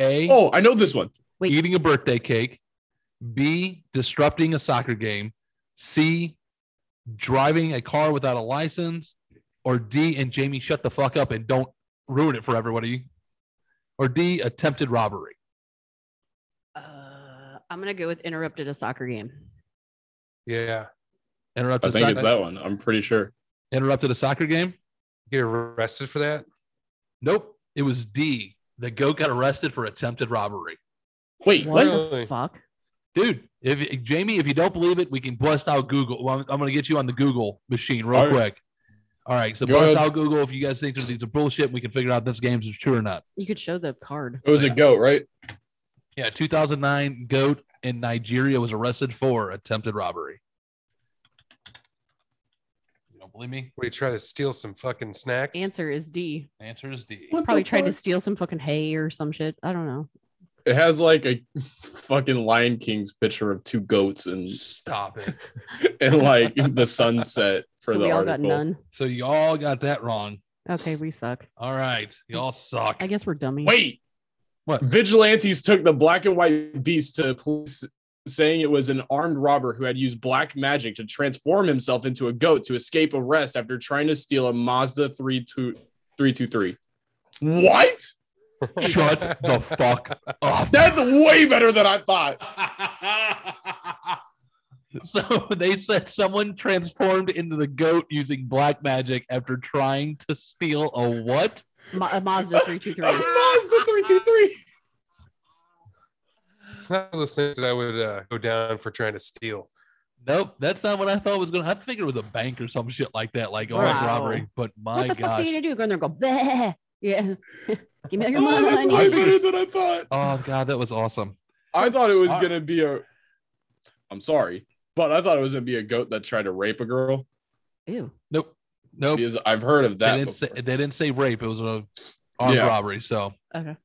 Speaker 1: A,
Speaker 4: Oh, I know this one.
Speaker 3: Wait.
Speaker 1: eating a birthday cake. B, disrupting a soccer game. C, driving a car without a license. Or D, and Jamie, shut the fuck up and don't ruin it for everybody. Or D, attempted robbery.
Speaker 3: Uh, I'm gonna go with interrupted a soccer game.
Speaker 2: Yeah.
Speaker 1: Interrupted,
Speaker 4: I think
Speaker 1: soccer,
Speaker 4: it's that one. I'm pretty sure.
Speaker 1: interrupted a soccer game.
Speaker 2: Get arrested for that?
Speaker 1: Nope. It was D. The goat got arrested for attempted robbery.
Speaker 4: Wait,
Speaker 3: What
Speaker 4: what?
Speaker 3: the
Speaker 2: Really?
Speaker 3: fuck?
Speaker 1: Dude, if Jamie, if you don't believe it, we can bust out Google. Well, I'm, I'm going to get you on the Google machine real
Speaker 4: All right.
Speaker 1: quick. All right. So
Speaker 4: Go
Speaker 1: bust
Speaker 4: ahead.
Speaker 1: out Google if you guys think that these are bullshit. We can figure out if this game's true or not.
Speaker 3: You could show the card.
Speaker 4: It was a goat, right?
Speaker 1: Yeah. 2009 goat in Nigeria was arrested for attempted robbery. You don't believe me?
Speaker 2: Where you try to steal some fucking snacks?
Speaker 3: Answer is D.
Speaker 1: Answer is D.
Speaker 4: What the
Speaker 3: Probably tried to
Speaker 4: fuck?
Speaker 3: steal some fucking hay or some shit. I don't know.
Speaker 4: It has like a fucking Lion King's picture of two goats and
Speaker 1: Stop it.
Speaker 4: and like the sunset for
Speaker 3: So
Speaker 4: the
Speaker 3: we all got
Speaker 4: article.
Speaker 3: none.
Speaker 1: So y'all got that wrong.
Speaker 3: Okay, we suck.
Speaker 1: All right. Y'all suck.
Speaker 3: I guess we're dummies.
Speaker 4: Wait,
Speaker 1: What?
Speaker 4: Vigilantes took the black and white beast to police, saying it was an armed robber who had used black magic to transform himself into a goat to escape arrest after trying to steal a Mazda three two three two three. What?
Speaker 1: Shut the fuck up.
Speaker 4: That's way better than I thought.
Speaker 1: so they said someone transformed into the goat using black magic after trying to steal a what?
Speaker 3: Ma- a Mazda three two
Speaker 4: A
Speaker 3: three.
Speaker 4: Mazda three two three.
Speaker 2: It's not one of those things that I would uh, go down for trying to steal.
Speaker 1: Nope, that's not what I thought was gonna. I figured it was a bank or some shit like that, like armed
Speaker 3: Wow.
Speaker 1: robbery. But my
Speaker 3: What the fuck are you
Speaker 1: gosh,
Speaker 3: gonna do? Go in there and go. Bleh. Yeah. Give me your
Speaker 4: Oh, that's way
Speaker 3: money.
Speaker 4: better than I thought.
Speaker 1: oh god, that was awesome.
Speaker 4: I thought it was
Speaker 2: Sorry.
Speaker 4: gonna be a. I'm sorry, but I thought it was gonna be a goat that tried to rape a girl
Speaker 3: Ew.
Speaker 1: Nope, nope.
Speaker 4: because I've heard of
Speaker 1: They
Speaker 4: that.
Speaker 1: didn't, say,
Speaker 4: before.
Speaker 1: they didn't say rape. It was a armed
Speaker 4: Yeah.
Speaker 1: robbery. So
Speaker 3: Okay.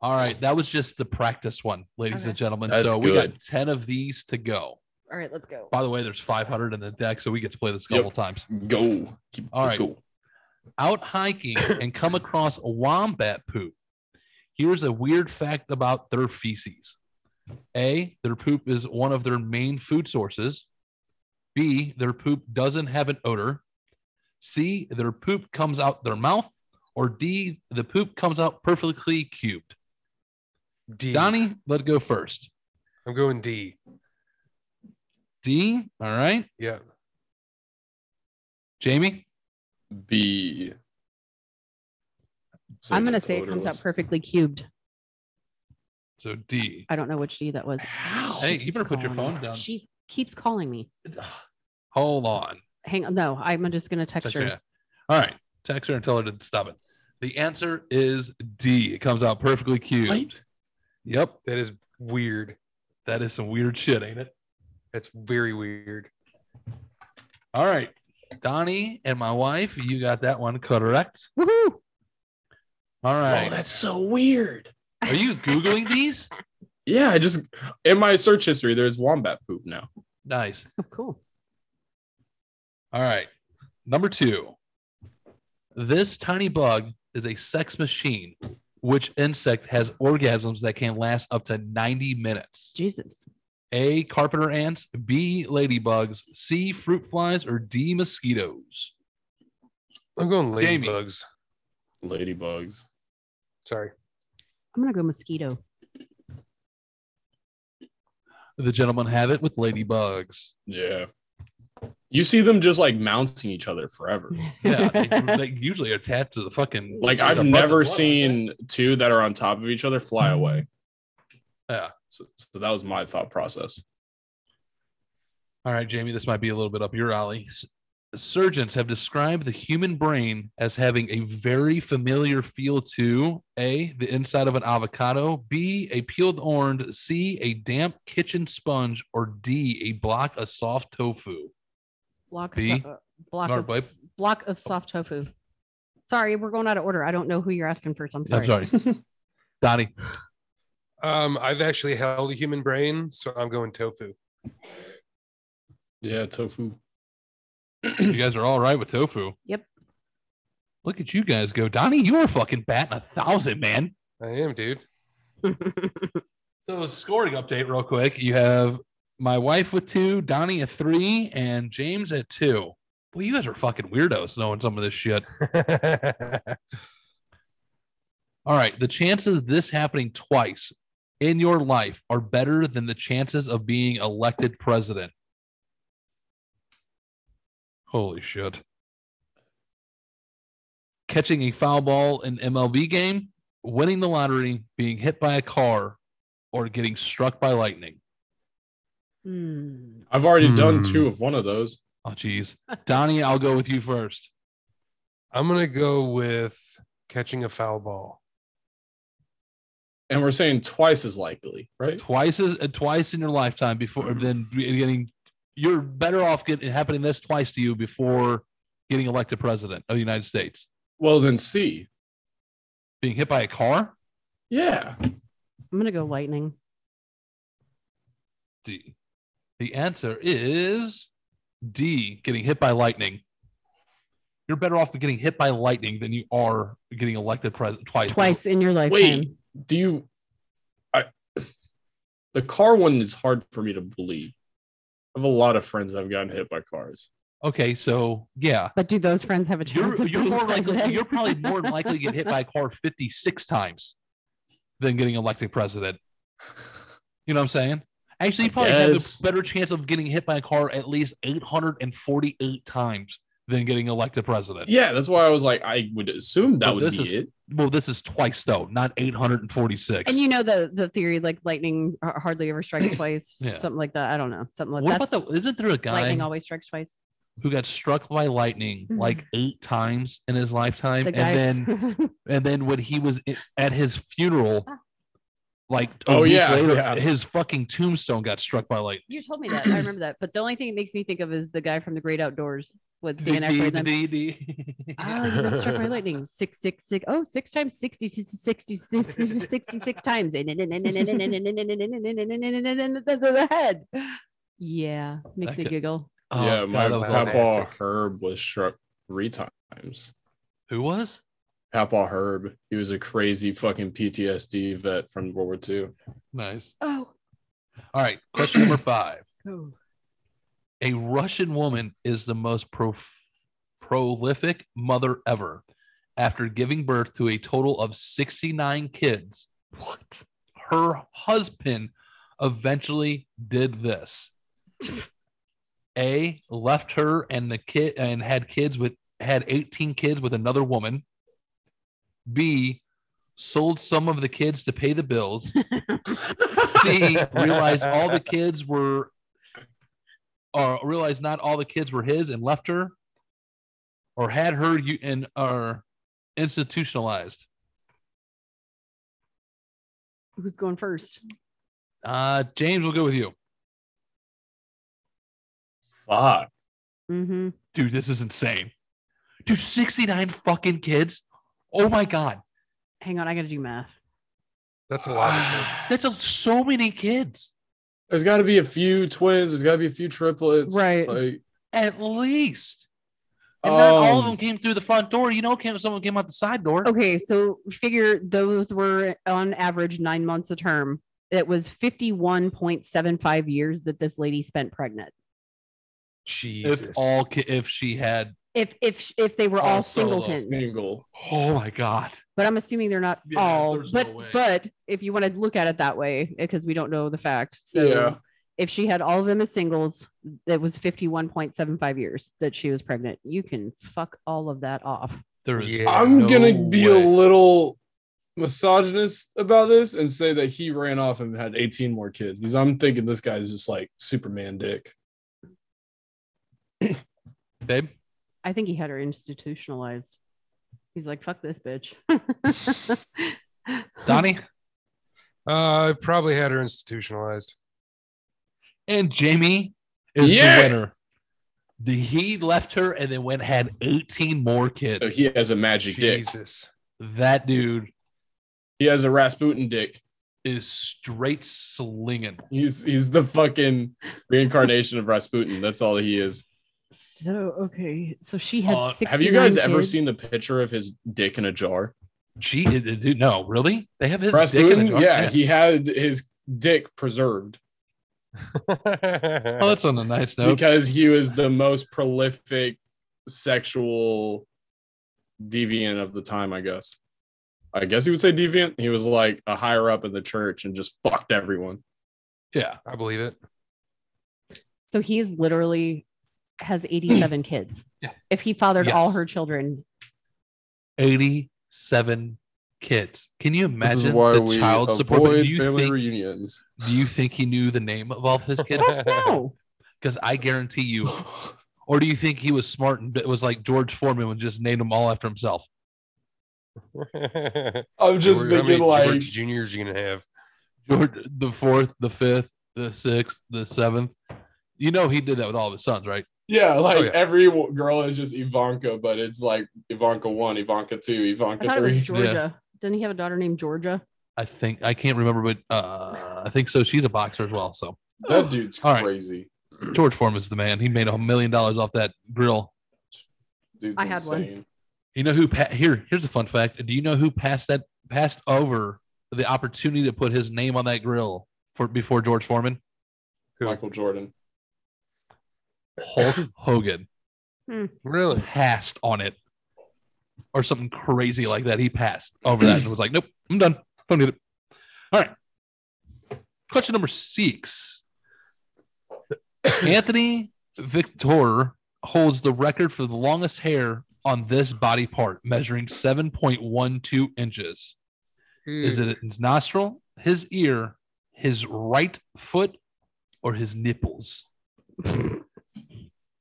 Speaker 1: all right, that was just the practice one, ladies and gentlemen.
Speaker 4: That's
Speaker 1: so we got
Speaker 4: good.
Speaker 1: ten of these to go.
Speaker 3: All right, let's go.
Speaker 1: By the way, there's 500 in the deck, so we get to play this a couple times.
Speaker 4: Go. Keep,
Speaker 1: All
Speaker 4: let's
Speaker 1: right.
Speaker 4: go.
Speaker 1: out hiking and come across a wombat poop. Here's a weird fact about their feces A, their poop is one of their main food sources. B, their poop doesn't have an odor. C, their poop comes out their mouth. Or D, the poop comes out perfectly cubed.
Speaker 2: D.
Speaker 1: Donnie, let's go first.
Speaker 2: I'm going D.
Speaker 1: D, all right.
Speaker 2: Yeah.
Speaker 1: Jamie,
Speaker 4: B.
Speaker 3: I'm gonna say it comes out perfectly cubed.
Speaker 1: so D.
Speaker 3: I don't know which D that was.
Speaker 4: How?
Speaker 1: Hey,
Speaker 3: She
Speaker 1: you
Speaker 3: keeps
Speaker 1: better put your
Speaker 3: calling
Speaker 1: phone
Speaker 3: me.
Speaker 1: down.
Speaker 3: She keeps calling me.
Speaker 1: Hold on.
Speaker 3: Hang on. No, I'm just gonna text
Speaker 1: Text
Speaker 3: her.
Speaker 1: her. All right. Text her and tell her to stop it. The answer is D. It comes out perfectly cubed.
Speaker 4: What?
Speaker 1: Yep.
Speaker 2: That is weird.
Speaker 1: That is some weird shit, ain't it?
Speaker 2: That's very weird.
Speaker 1: All right. Donnie and my wife, you got that one correct.
Speaker 3: Woohoo!
Speaker 1: All
Speaker 4: Oh,
Speaker 1: right.
Speaker 4: that's so weird.
Speaker 1: Are you Googling these?
Speaker 4: Yeah, I just in my search history, there's wombat poop now.
Speaker 1: Nice.
Speaker 3: Oh, cool.
Speaker 1: All right. Number two. This tiny bug is a sex machine. Which insect has orgasms that can last up to 90 minutes?
Speaker 3: Jesus.
Speaker 1: A. Carpenter ants. B. Ladybugs. C. Fruit flies. Or D. Mosquitoes.
Speaker 2: I'm going
Speaker 1: Jamie.
Speaker 2: ladybugs.
Speaker 4: Ladybugs.
Speaker 2: Sorry.
Speaker 3: I'm gonna go mosquito.
Speaker 1: The gentlemen have it with ladybugs.
Speaker 4: Yeah. You see them just like mounting each other forever.
Speaker 1: Yeah, they, they usually attach to the fucking.
Speaker 4: Like
Speaker 1: the
Speaker 4: I've
Speaker 1: fucking
Speaker 4: never
Speaker 1: blood.
Speaker 4: seen two that are on top of each other fly away.
Speaker 1: Yeah.
Speaker 4: So, so that was my thought process.
Speaker 1: All right, Jamie, this might be a little bit up your alley. S- Surgeons have described the human brain as having a very familiar feel to A, the inside of an avocado, B, a peeled orange, C, a damp kitchen sponge, or D, a block of soft tofu.
Speaker 3: block
Speaker 1: B.
Speaker 3: uh, block
Speaker 1: Or
Speaker 3: of,
Speaker 1: wipe.
Speaker 3: block of soft tofu. Sorry, we're going out of order. I don't know who you're asking first. I'm sorry.
Speaker 1: I'm sorry. Donnie,
Speaker 2: Um, I've actually held a human brain, so I'm going tofu.
Speaker 4: Yeah, tofu.
Speaker 1: you guys are all right with tofu.
Speaker 3: Yep.
Speaker 1: Look at you guys go. Donnie, you are fucking batting a thousand, man.
Speaker 2: I am, dude.
Speaker 1: So scoring update real quick. You have my wife with two, Donnie at three, and James at two. Well, you guys are fucking weirdos knowing some of this shit. All right. The chances of this happening twice in your life are better than the chances of being elected president. Holy shit. Catching a foul ball in MLB game, winning the lottery, being hit by a car, or getting struck by lightning.
Speaker 3: Hmm.
Speaker 4: I've already done
Speaker 2: Hmm.
Speaker 4: two of one of those.
Speaker 1: Oh, geez. Donnie, I'll go with you first.
Speaker 2: I'm gonna go with catching a foul ball.
Speaker 4: And we're saying twice as likely, right?
Speaker 1: Twice as uh, twice in your lifetime before then getting you're better off getting happening this twice to you before getting elected president of the United States.
Speaker 4: Well, then C.
Speaker 1: Being hit by a car?
Speaker 4: Yeah.
Speaker 3: I'm gonna go lightning.
Speaker 1: D. The answer is D, getting hit by lightning. You're better off getting hit by lightning than you are getting elected president twice.
Speaker 3: Twice in your lifetime.
Speaker 4: Wait, do you? I the car one is hard for me to believe. I have a lot of friends that have gotten hit by cars.
Speaker 1: Okay, so yeah.
Speaker 3: But do those friends have a chance?
Speaker 1: You're,
Speaker 3: of
Speaker 1: you're
Speaker 3: being
Speaker 1: more likely
Speaker 3: president?
Speaker 1: you're probably more likely to get hit by a car 56 times than getting elected president. You know what I'm saying? Actually, you
Speaker 4: I
Speaker 1: probably have
Speaker 4: guess.
Speaker 1: a better chance of getting hit by a car at least 848 times than getting elected president.
Speaker 4: Yeah, that's why I was like, I would assume that
Speaker 1: But
Speaker 4: would
Speaker 1: this
Speaker 4: be
Speaker 1: is-
Speaker 4: it.
Speaker 1: Well, this is twice though, not 846.
Speaker 3: and you know the the theory like lightning har- hardly ever strikes twice,
Speaker 1: Yeah.
Speaker 3: something like that. I don't know, something like
Speaker 1: what
Speaker 3: that.
Speaker 1: about the? Isn't there a guy
Speaker 3: lightning always strikes twice.
Speaker 1: who got struck by lightning
Speaker 3: Mhm.
Speaker 1: like eight times in his lifetime,
Speaker 3: The
Speaker 1: and
Speaker 3: guy.
Speaker 1: then and then when he was i- at his funeral,
Speaker 3: Ah.
Speaker 1: like a
Speaker 4: Oh,
Speaker 1: week
Speaker 4: yeah,
Speaker 1: later,
Speaker 4: yeah.
Speaker 1: his fucking tombstone got struck by lightning.
Speaker 3: you told me that. I remember that. But the only thing it makes me think of is the guy from The Great Outdoors with Dan Aykroyd. and them. Oh, you got struck by lightning. Six, six, six. Oh, six times 60, 60, 60, 66 times. In the head. Yeah, makes
Speaker 1: That
Speaker 3: me
Speaker 1: could-
Speaker 3: giggle.
Speaker 1: Oh,
Speaker 4: yeah,
Speaker 1: God,
Speaker 4: my
Speaker 1: that was
Speaker 2: papa-
Speaker 1: awful.
Speaker 4: Papaw
Speaker 2: fantastic.
Speaker 4: Herb was struck three times.
Speaker 1: Who was?
Speaker 4: Papaw Herb, he was a crazy fucking PTSD vet from World War II.
Speaker 1: Nice.
Speaker 3: Oh,
Speaker 1: All right, question number five.
Speaker 3: oh.
Speaker 1: a Russian woman is the most prof- prolific mother ever after giving birth to a total of 69 kids. What? Her husband eventually did this. a left her and the kid and had kids with had 18 kids with another woman. B sold some of the kids to pay the bills. C realized all the kids were or realized not all the kids were his and left her or had her you and are institutionalized.
Speaker 3: Who's going first?
Speaker 1: Uh James will go with you.
Speaker 4: Fuck.
Speaker 3: Mm-hmm.
Speaker 1: Dude, this is insane. Dude, 69 fucking kids. Oh my god.
Speaker 3: Hang on, I got to do math.
Speaker 2: That's a lot of kids.
Speaker 1: That's a, so many kids.
Speaker 4: There's got to be a few twins. There's got to be a few triplets.
Speaker 3: Right.
Speaker 4: Like,
Speaker 1: At least. And not all of
Speaker 4: um,
Speaker 1: them came through the front door. You know, came someone came out the side door.
Speaker 3: Okay, so figure those were on average nine months a term. It was 51.75 years that this lady spent pregnant.
Speaker 2: Jesus.
Speaker 1: If all ki- if she had
Speaker 3: If if if they were all
Speaker 4: Also
Speaker 3: singletons.
Speaker 4: Single.
Speaker 1: oh my god.
Speaker 3: but I'm assuming they're not
Speaker 1: Yeah,
Speaker 3: all.
Speaker 1: there's no
Speaker 3: But
Speaker 1: way.
Speaker 3: but if you want to look at it that way, because we don't know the fact, so
Speaker 4: Yeah.
Speaker 3: if she had all of them as singles, it was 51.75 years that she was pregnant. You can fuck all of that off.
Speaker 1: There is
Speaker 2: Yeah.
Speaker 4: I'm
Speaker 2: no
Speaker 4: gonna be
Speaker 2: way.
Speaker 4: a little misogynist about this and say that he ran off and had 18 more kids because I'm thinking this guy's just like Superman dick.
Speaker 1: babe.
Speaker 3: I think he had her institutionalized. He's like, fuck this bitch.
Speaker 1: Donnie
Speaker 2: Uh, I probably had her institutionalized.
Speaker 1: and Jamie is
Speaker 4: Yeah.
Speaker 1: the winner. The, he left her and then went and had 18 more kids.
Speaker 4: So he has a magic dick.
Speaker 2: Jesus.
Speaker 1: That dude
Speaker 4: He has a Rasputin dick.
Speaker 1: is straight slinging.
Speaker 4: He's he's the fucking reincarnation of Rasputin. That's all he is.
Speaker 3: So okay, so she had.
Speaker 1: Uh,
Speaker 3: six.
Speaker 4: Have you guys ever seen the picture of his dick in a jar?
Speaker 1: Gee, uh, dude, no, really? They have his dick in
Speaker 4: Rasputin,
Speaker 1: the jar?
Speaker 4: yeah, he had his dick preserved
Speaker 1: Oh, that's on a nice note.
Speaker 4: because he was the most prolific sexual deviant of the time, I guess. I guess you would say deviant. He was like a higher up in the church and just fucked everyone.
Speaker 1: Yeah.
Speaker 2: I believe it.
Speaker 3: So he is literally has 87 kids.
Speaker 1: Yeah.
Speaker 3: If he fathered all
Speaker 1: Yes.
Speaker 3: her children,
Speaker 1: 87 kids. Can you
Speaker 4: this
Speaker 1: imagine
Speaker 4: is why
Speaker 1: the
Speaker 4: we
Speaker 1: child support? but
Speaker 4: avoid
Speaker 1: Do you,
Speaker 4: family
Speaker 1: think,
Speaker 4: reunions.
Speaker 1: do you think he knew the name of all his kids?
Speaker 3: no.
Speaker 1: Because I guarantee you. Or do you think he was smart and it was like George Foreman and just named them all after himself?
Speaker 4: I'm just
Speaker 2: How many
Speaker 4: thinking like
Speaker 2: George Juniors you gonna have.
Speaker 1: George the fourth, the fifth, the sixth, the seventh. You know he did that with all of his sons, right?
Speaker 4: Yeah, like
Speaker 2: Oh, yeah.
Speaker 4: every w- girl is just Ivanka, but it's like Ivanka one, Ivanka two,
Speaker 3: I
Speaker 4: Ivanka
Speaker 3: thought it was
Speaker 4: three.
Speaker 3: Georgia. Didn't he have a daughter named Georgia?
Speaker 1: I think I can't remember, but uh, I think so. She's a boxer as well. So
Speaker 4: That dude's
Speaker 1: All right.
Speaker 4: crazy.
Speaker 1: George Foreman's the man. He made a million dollars off that grill.
Speaker 4: Dude's
Speaker 3: I had one.
Speaker 4: insane.
Speaker 1: You know who? Pa- here, here's a fun fact. Do you know who passed that passed over the opportunity to put his name on that grill for before George Foreman?
Speaker 2: Who?
Speaker 4: Michael Jordan.
Speaker 1: Hulk Hogan
Speaker 2: Really?
Speaker 1: passed on it, or something crazy like that. He passed over that and was like, "Nope, I'm done. Don't need it." All right. Question number six. Anthony Victor holds the record for the longest hair on this body part, measuring 7.12 inches. Is it his nostril, his ear, his right foot, or his nipples?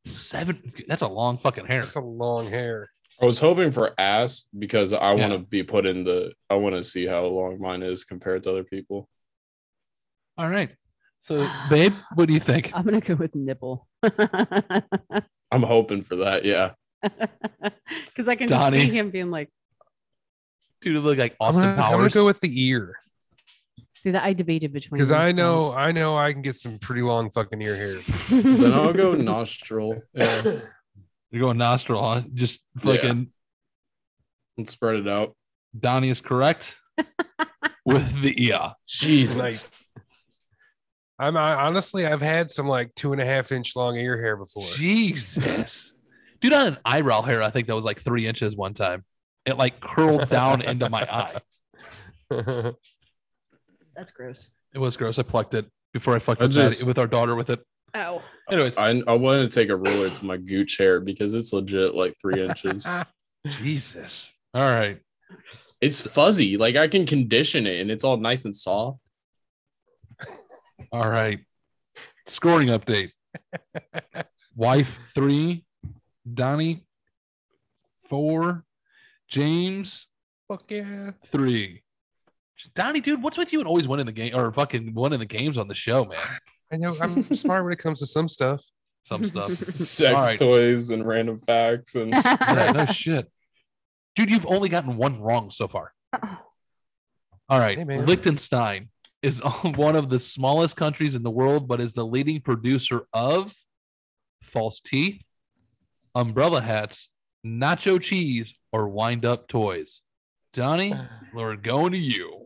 Speaker 1: Seven. That's a long fucking hair.
Speaker 2: That's a long hair.
Speaker 4: I was hoping for ass because I
Speaker 1: Yeah.
Speaker 4: want to be put in the. I want to see how long mine is compared to other people.
Speaker 1: All right. So, babe, what do you think?
Speaker 3: I'm gonna go with nipple.
Speaker 4: I'm hoping for that. Yeah,
Speaker 3: Because I can
Speaker 1: Donnie.
Speaker 3: just see him being like,
Speaker 1: Dude, you look like
Speaker 2: I'm
Speaker 1: Austin
Speaker 2: gonna, I'm gonna
Speaker 1: Powers.
Speaker 2: go with the ear
Speaker 3: see that I debated between
Speaker 2: because
Speaker 3: those
Speaker 2: I
Speaker 3: two.
Speaker 2: know I know I can get some pretty long fucking ear hair.
Speaker 4: then I'll go nostril yeah,
Speaker 1: You're going nostril, huh? Just fucking
Speaker 4: and spread it out.
Speaker 1: Donnie is correct with the E yeah.
Speaker 4: Jeez,
Speaker 2: Nice. I'm I, honestly I've had some like two and a half inch long ear hair before.
Speaker 1: Jesus. Dude, on an eyebrow hair, I think that was like three inches one time. It like curled down into my eye.
Speaker 3: That's gross.
Speaker 1: It was gross. I plucked it before I fucked
Speaker 4: I
Speaker 1: with, Maddie-
Speaker 4: just-
Speaker 1: with our daughter with it.
Speaker 3: Oh,
Speaker 1: Anyways,
Speaker 4: I I wanted to take a ruler to my gooch hair because it's legit like three inches.
Speaker 1: Jesus. All right.
Speaker 4: It's fuzzy. Like I can condition it, and it's all nice and soft.
Speaker 1: All right. Scoring update. Wife three, Donnie four, James
Speaker 2: Fuck yeah.
Speaker 1: three. Donnie, dude, what's with you and always winning the game or fucking winning the games on the show, man?
Speaker 2: I know I'm smart when it comes to some stuff.
Speaker 1: Some stuff.
Speaker 4: Sex
Speaker 1: All right.
Speaker 4: toys and random facts and
Speaker 1: Yeah, no shit. Dude, you've only gotten one wrong so far. All right.
Speaker 2: Hey, man.
Speaker 1: Liechtenstein is one of the smallest countries in the world, but is the leading producer of false teeth, umbrella hats, nacho cheese, or wind up toys. Donnie, we're going to you.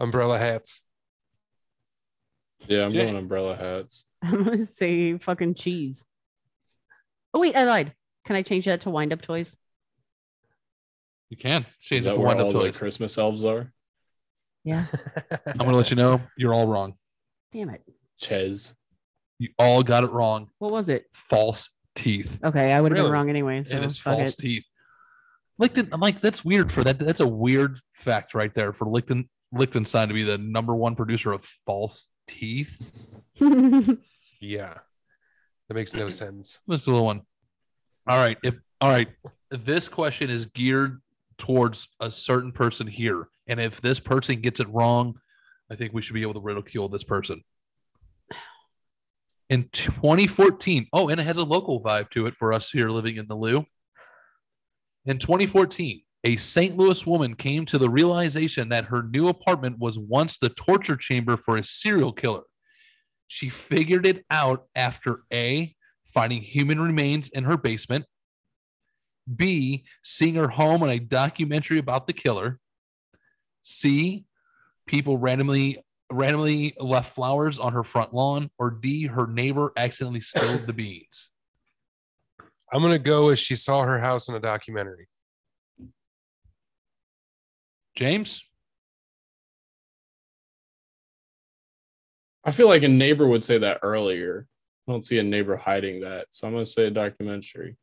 Speaker 2: Umbrella hats.
Speaker 4: yeah, I'm
Speaker 1: Yeah.
Speaker 4: going umbrella hats.
Speaker 3: I'm gonna say fucking cheese. Oh wait, I lied. Can I change that to wind up toys?
Speaker 1: You can
Speaker 4: Is
Speaker 1: change it
Speaker 4: that
Speaker 1: to
Speaker 4: where
Speaker 1: wind
Speaker 4: all
Speaker 1: up
Speaker 4: the
Speaker 1: toys.
Speaker 4: Christmas elves are?
Speaker 1: I'm going to let you know you're all wrong.
Speaker 3: Damn it.
Speaker 4: Ches.
Speaker 1: You all got it wrong.
Speaker 3: What was it?
Speaker 1: False teeth.
Speaker 3: Okay, I would have
Speaker 2: Really?
Speaker 3: been wrong anyway. So
Speaker 1: and it's
Speaker 3: fuck
Speaker 1: false
Speaker 3: it.
Speaker 1: teeth. Lichten, I'm like, that's weird for that. That's a weird fact right there for Lichten, Lichtenstein to be the number one producer of false teeth.
Speaker 2: Yeah. That makes no sense.
Speaker 1: What's the little one? All right. If all right, this question is geared towards a certain person here, and if this person gets it wrong, I think we should be able to ridicule this person. In 2014, oh, and it has a local vibe to it for us here living in the Lou. In 2014, a St. Louis woman came to the realization that her new apartment was once the torture chamber for a serial killer. She figured it out after A, finding human remains in her basement. B, seeing her home on a documentary about the killer. C, people randomly randomly left flowers on her front lawn, or D, her neighbor accidentally spilled the beans.
Speaker 2: I'm gonna go as she saw her house in a documentary.
Speaker 1: James,
Speaker 4: I feel like a neighbor would say that earlier. I don't see a neighbor hiding that. So I'm going to say a documentary.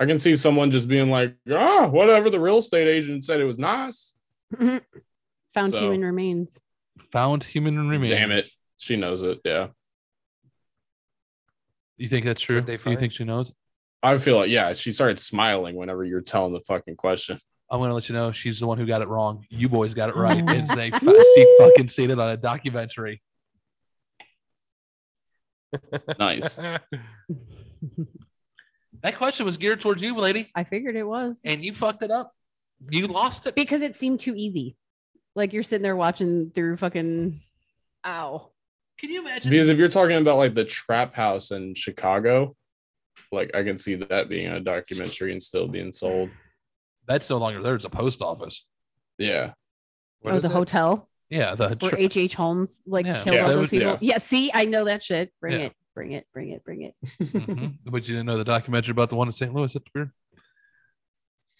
Speaker 4: I can see someone just being like, ah, whatever the real estate agent said, it was nice.
Speaker 3: Found
Speaker 4: So-
Speaker 3: human remains.
Speaker 1: found human remains.
Speaker 4: Damn it. She knows it. Yeah.
Speaker 1: You think that's true?
Speaker 2: What'd they
Speaker 1: Do you
Speaker 2: find?
Speaker 1: think she knows?
Speaker 4: I feel like, yeah, she started smiling whenever you were telling the fucking question.
Speaker 1: I'm gonna let you know she's the one who got it wrong. You boys got it right.
Speaker 3: Oh.
Speaker 1: It's a fa- she fucking seen it on a documentary.
Speaker 4: Nice.
Speaker 1: That question was geared towards you, lady,
Speaker 3: I figured it was
Speaker 1: and you fucked it up. You lost it.
Speaker 3: because it seemed too easy. Like you're sitting there watching through fucking. Ow.
Speaker 1: Can you imagine?
Speaker 4: Because if you're talking about like the trap house in Chicago, like I can see that being a documentary and still being sold.
Speaker 1: That's no longer there. It's a post office.
Speaker 4: Yeah.
Speaker 2: What
Speaker 3: oh,
Speaker 2: is
Speaker 3: the
Speaker 2: it?
Speaker 3: hotel
Speaker 1: Yeah, the
Speaker 3: where
Speaker 1: tra-
Speaker 3: H.H. Holmes like
Speaker 1: Yeah.
Speaker 3: killed
Speaker 4: Yeah.
Speaker 3: all
Speaker 1: That
Speaker 3: those
Speaker 1: was-
Speaker 3: people.
Speaker 4: yeah.
Speaker 3: Yeah. See, I know that shit. Bring
Speaker 1: Yeah.
Speaker 3: it. Bring it. Bring it. Bring it.
Speaker 1: Mhm. but you didn't know the documentary about the one in St. Louis. That's weird.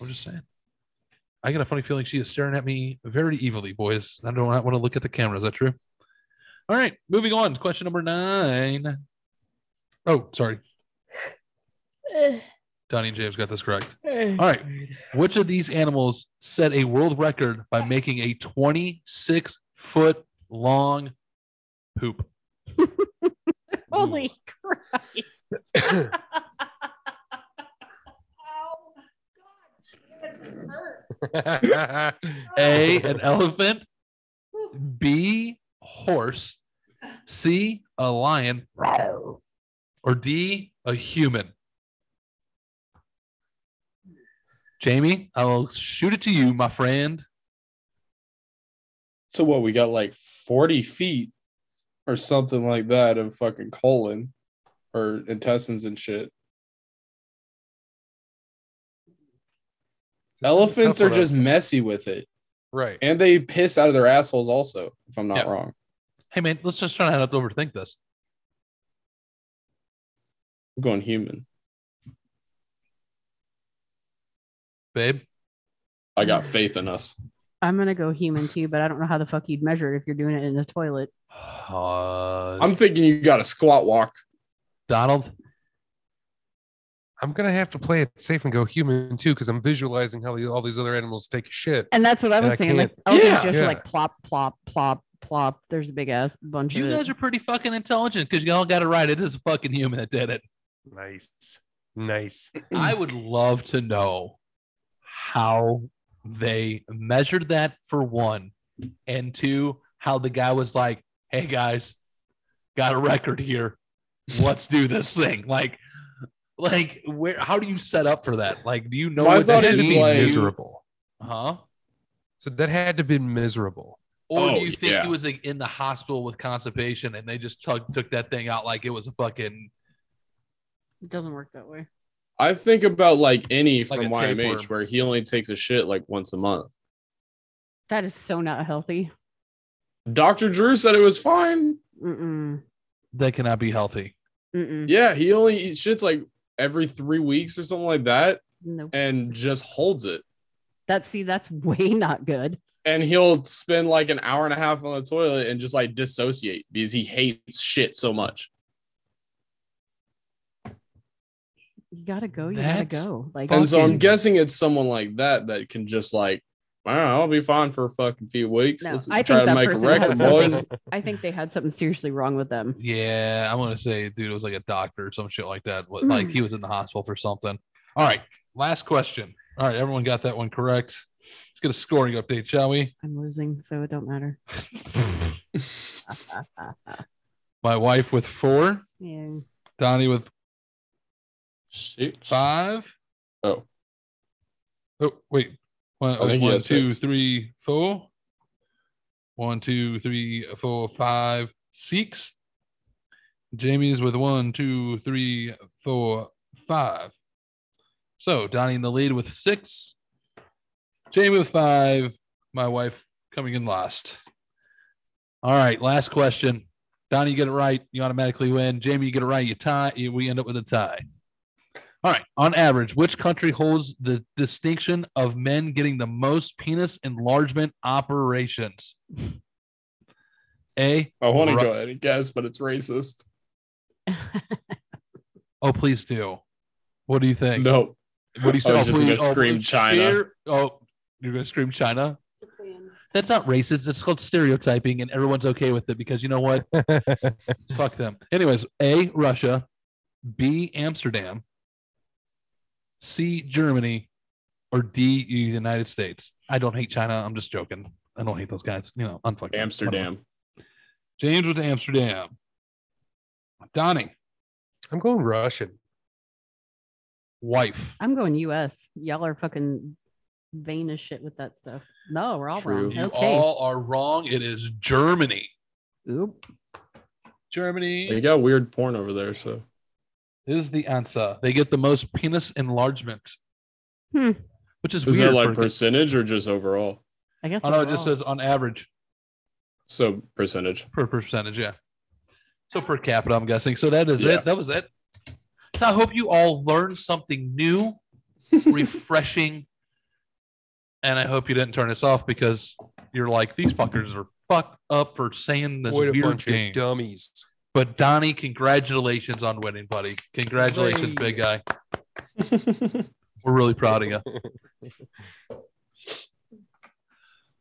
Speaker 1: I'm just saying. I got a funny feeling she is staring at me very evilly, boys. I do not want to look at the camera. Is that true? All right, moving on. Question number nine. Oh, sorry. Donnie and James got this correct. All right. Which of these animals set a world record by making a 26 foot long poop?
Speaker 3: Holy Christ. Ow. God, that hurt.
Speaker 1: A, an elephant. B, horse. C, a lion. Or D, a human. Jamie, I'll shoot it to you, my friend.
Speaker 4: So what we got like 40 feet or something like that of fucking colon or intestines and shit.
Speaker 2: This is a
Speaker 4: Elephants
Speaker 2: tough
Speaker 4: are
Speaker 2: one, I-
Speaker 4: just messy with it.
Speaker 2: right.
Speaker 4: And they piss out of their assholes also, if I'm not
Speaker 1: Yeah.
Speaker 4: wrong.
Speaker 1: Hey, man, let's just try not to overthink this.
Speaker 4: I'm going human.
Speaker 1: Babe,
Speaker 4: I got faith in us.
Speaker 3: I'm going to go human too, but I don't know how the fuck you'd measure it if you're doing it in the toilet.
Speaker 1: Uh,
Speaker 4: I'm thinking you got a squat walk.
Speaker 1: Donald,
Speaker 2: I'm gonna have to play it safe and go human too, because I'm visualizing how the- all these other animals take a shit.
Speaker 3: And that's what I
Speaker 2: And
Speaker 3: was
Speaker 2: I
Speaker 3: saying. Like,
Speaker 2: can't-
Speaker 3: I was
Speaker 4: Yeah.
Speaker 3: just
Speaker 2: Yeah.
Speaker 3: like plop, plop, plop, plop. There's a big ass bunch
Speaker 1: you
Speaker 3: of
Speaker 1: guys
Speaker 3: it.
Speaker 1: are pretty fucking intelligent because y'all got it right. It is a fucking human that did it.
Speaker 2: Nice, nice.
Speaker 1: I would love to know how they measured that for one, and two, how the guy was like, "Hey guys, got a record here. Let's do this thing." Like, like where? How do you set up for that? Like, do you know?
Speaker 4: My
Speaker 1: what
Speaker 4: thought
Speaker 1: that
Speaker 4: is,
Speaker 2: That'd be
Speaker 1: means?
Speaker 4: like-
Speaker 2: miserable.
Speaker 1: huh?
Speaker 2: So that had to be miserable.
Speaker 1: Or
Speaker 4: Oh,
Speaker 1: do you think
Speaker 4: yeah.
Speaker 1: he was like in the hospital with constipation and they just tug, took that thing out like it was a fucking
Speaker 3: It doesn't work that way.
Speaker 4: I think about like any
Speaker 1: Like
Speaker 4: from
Speaker 1: a
Speaker 4: YMH
Speaker 1: tapeworm.
Speaker 4: where he only takes a shit like once a month.
Speaker 3: That is so not healthy.
Speaker 4: Dr. Drew said it was fine.
Speaker 3: Mm-mm.
Speaker 1: that cannot be healthy?
Speaker 3: Mm-mm.
Speaker 4: Yeah, he only eats shits like every three weeks or something like that
Speaker 3: No.
Speaker 4: and just holds it.
Speaker 3: That, see, that's way not good.
Speaker 4: And he'll spend like an hour and a half on the toilet and just like dissociate because he hates shit so much.
Speaker 3: You got to go. You got to
Speaker 1: That's
Speaker 3: go. Like,
Speaker 4: And so I'm
Speaker 1: Fucking-
Speaker 4: guessing it's someone like that that can just like, "All right, I'll be fine for a fucking few weeks.
Speaker 3: No,
Speaker 4: Let's
Speaker 3: I think
Speaker 4: try to
Speaker 3: that
Speaker 4: make a
Speaker 3: person
Speaker 4: record,
Speaker 3: had something-
Speaker 4: boys.
Speaker 3: I think they had something seriously wrong with them.
Speaker 1: Yeah, I want to say, dude, it was like a doctor or some shit like that. What- Like he was in the hospital for something. All right, last question. All right, everyone got that one correct. Let's get a scoring update, shall we?
Speaker 3: I'm losing, so it don't matter.
Speaker 1: My wife with four,
Speaker 3: yeah.
Speaker 1: Donnie with
Speaker 4: Shit.
Speaker 1: five.
Speaker 4: Oh,
Speaker 1: Oh, wait. One,
Speaker 4: I think he
Speaker 1: one,
Speaker 4: has
Speaker 1: two,
Speaker 4: six.
Speaker 1: three, four. One, two, three, four, five, six. Jamie's with one, two, three, four, five. So Donnie in the lead with six. Jamie with five. my wife coming in last. All right, last question. Donnie, you get it right, you automatically win. Jamie, you get it right, you tie. you- We end up with a tie. All right. On average, which country holds the distinction of men getting the most penis enlargement operations? A.
Speaker 4: I want
Speaker 1: Right.
Speaker 4: to go ahead and guess, but it's racist.
Speaker 1: Oh, please do. What do you think?
Speaker 4: No,
Speaker 1: What do you say? Oh,
Speaker 4: I was just gonna
Speaker 1: please-
Speaker 4: scream
Speaker 1: please,
Speaker 4: China.
Speaker 1: dear- oh, you're gonna scream China? That's not racist. It's called stereotyping, and everyone's okay with it because you know what? Fuck them. Anyways, A Russia, B Amsterdam, C Germany, or D United States. I don't hate China. I'm just joking. I don't hate those guys. You know, unfucking
Speaker 4: Amsterdam.
Speaker 1: James with Amsterdam. Donnie,
Speaker 2: I'm going Russian.
Speaker 1: wife.
Speaker 3: I'm going US. Y'all are fucking vain as shit with that stuff. No, we're all
Speaker 4: True.
Speaker 3: wrong.
Speaker 1: You
Speaker 3: okay.
Speaker 1: all are wrong. It is Germany.
Speaker 3: Oop.
Speaker 1: Germany.
Speaker 4: They got weird porn over there, so
Speaker 1: is the answer. They get the most penis enlargement,
Speaker 3: Hmm.
Speaker 1: which is,
Speaker 4: is
Speaker 1: weird.
Speaker 4: that like
Speaker 1: for-
Speaker 4: percentage or just overall?
Speaker 3: I guess.
Speaker 1: oh no,
Speaker 3: I'm
Speaker 1: it just
Speaker 3: wrong.
Speaker 1: says on average
Speaker 4: So percentage.
Speaker 1: per percentage. Yeah. So per capita, I'm guessing. So that is
Speaker 4: Yeah.
Speaker 1: it. That was it. So I hope you all learned something new, refreshing, and I hope you didn't turn us off because you're like these fuckers are fucked up for saying this
Speaker 2: What a
Speaker 1: weird
Speaker 2: bunch
Speaker 1: thing.
Speaker 2: of dummies.
Speaker 1: But Donnie, congratulations on winning, buddy. Congratulations,
Speaker 2: Yay.
Speaker 1: big guy.
Speaker 4: All
Speaker 1: We're really proud of you.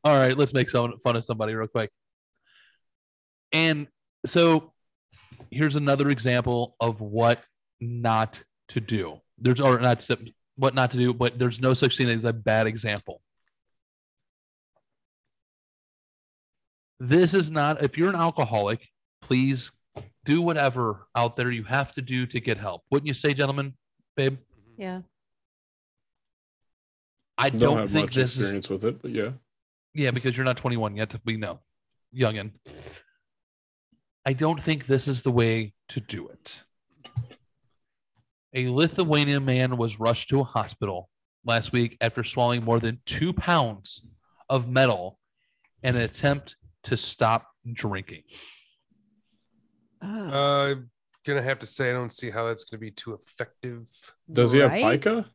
Speaker 1: All right, let's make some fun of somebody real quick. And so here's another example of what not to do. There's or not to- what not to do, but there's no such thing as a bad example. This is not if you're an alcoholic, please do whatever out there you have to do to get help. Wouldn't you say, gentlemen, babe?
Speaker 3: Yeah.
Speaker 1: I don't,
Speaker 4: Don't have
Speaker 1: think
Speaker 4: much
Speaker 1: this is
Speaker 4: experience with it, but yeah.
Speaker 1: Yeah, because you're not 21 yet. We know, youngin. I don't think this is the way to do it. A Lithuanian man was rushed to a hospital last week after swallowing more than two pounds of metal in an attempt to stop drinking.
Speaker 3: Oh,
Speaker 2: Uh, gonna have to say I don't see how that's gonna be too effective.
Speaker 4: Does he have
Speaker 3: right?
Speaker 4: pica?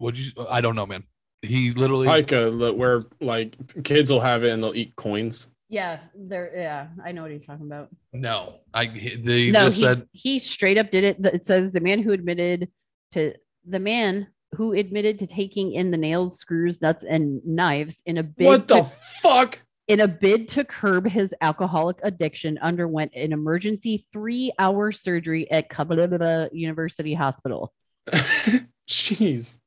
Speaker 1: Would you? I don't know, man. He literally.
Speaker 4: Pica, li- where like kids will have it and they'll eat coins.
Speaker 3: Yeah, there. Yeah, I know what he's talking about.
Speaker 1: no, I. They
Speaker 3: no,
Speaker 1: just
Speaker 3: he,
Speaker 1: said
Speaker 3: he straight up did it. Th- It says the man who admitted to the man who admitted to taking in the nails, screws, nuts, and knives in a bid
Speaker 4: What the
Speaker 3: to-
Speaker 4: fuck?
Speaker 3: in a bid to curb his alcoholic addiction, underwent an emergency three-hour surgery at Kabbalah University Hospital.
Speaker 4: Jeez.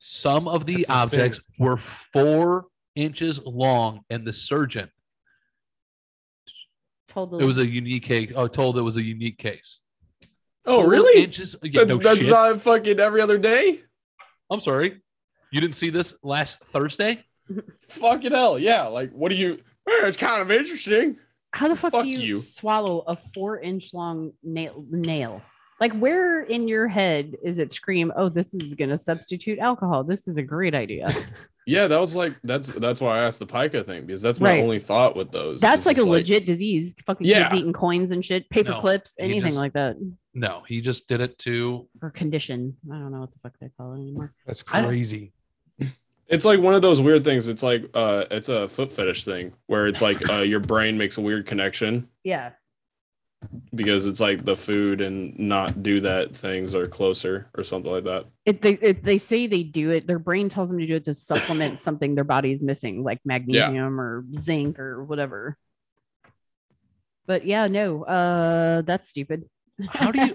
Speaker 1: Some of the
Speaker 2: That's insane.
Speaker 1: objects were four inches long, and the surgeon,
Speaker 3: Told the
Speaker 1: it was a unique case. Oh, told it was a unique case.
Speaker 4: Oh
Speaker 1: Four
Speaker 4: really?
Speaker 1: Inches? Yeah,
Speaker 4: That's
Speaker 1: no
Speaker 4: that's
Speaker 1: shit.
Speaker 4: not fucking every other day?
Speaker 1: I'm sorry. You didn't see this last Thursday?
Speaker 4: Fucking hell, yeah. Like what do you Eh, it's kind of interesting.
Speaker 3: how the fuck,
Speaker 4: Fuck
Speaker 3: do you,
Speaker 4: you.
Speaker 3: swallow a four inch long nail nail like where in your head is it scream oh this is gonna substitute alcohol this is a great idea
Speaker 4: Yeah, that was like that's that's why I asked the pica thing because that's my
Speaker 3: Right.
Speaker 4: only thought with those.
Speaker 3: that's
Speaker 4: is
Speaker 3: like a
Speaker 4: just
Speaker 3: legit disease fucking
Speaker 4: Yeah.
Speaker 3: kids eating coins and shit paper
Speaker 1: No,
Speaker 3: clips
Speaker 1: you
Speaker 3: anything
Speaker 1: just-
Speaker 3: like that
Speaker 1: No, he just did it to.
Speaker 3: or condition i don't know what the fuck they call it anymore
Speaker 2: That's
Speaker 1: I don't-
Speaker 2: crazy.
Speaker 4: It's like one of those weird things. It's like uh it's a foot fetish thing where it's like uh your brain makes a weird connection
Speaker 3: yeah
Speaker 4: because it's like the food and not do that things are closer or something like that.
Speaker 3: if they if they say they do it their brain tells them to do it to supplement something their body is missing like magnesium or zinc or whatever but yeah no uh that's stupid
Speaker 1: How do you.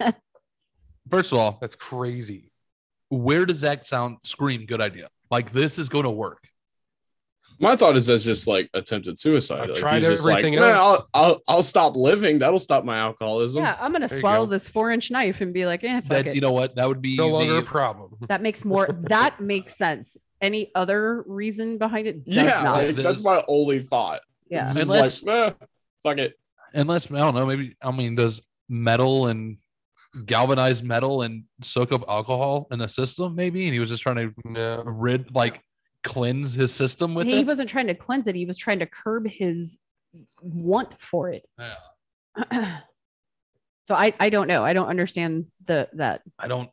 Speaker 1: First of all,
Speaker 2: That's crazy.
Speaker 1: where does that sound scream good idea? Like, this is going to work.
Speaker 4: My thought is that's just like attempted suicide.
Speaker 2: I've
Speaker 4: like,
Speaker 2: tried
Speaker 4: he's just like,
Speaker 2: everything
Speaker 4: "Man,
Speaker 2: else."
Speaker 4: I'll, I'll I'll stop living. That'll stop my alcoholism.
Speaker 3: Yeah, I'm gonna
Speaker 2: There you
Speaker 3: swallow
Speaker 2: go.
Speaker 3: this four inch knife and be like, eh, fuck
Speaker 1: That,
Speaker 3: it.
Speaker 1: you know what? That would be.
Speaker 2: No longer a
Speaker 1: the-
Speaker 2: problem.
Speaker 3: that makes more. that makes sense. Any other reason behind it? Does
Speaker 4: Yeah,
Speaker 3: not.
Speaker 4: like, that's my only thought.
Speaker 3: yeah.
Speaker 4: It's just
Speaker 1: Unless-
Speaker 4: like, "Eh, fuck it.
Speaker 1: unless, I don't know, maybe, I mean, does metal and galvanized metal and soak up alcohol in the system, maybe. And he was just trying to
Speaker 2: No.
Speaker 1: rid, like, cleanse his system with
Speaker 3: he
Speaker 1: it.
Speaker 3: wasn't trying to cleanse it. He was trying to curb his want for it.
Speaker 1: Yeah.
Speaker 3: so I, I don't know. I don't understand the that.
Speaker 1: I don't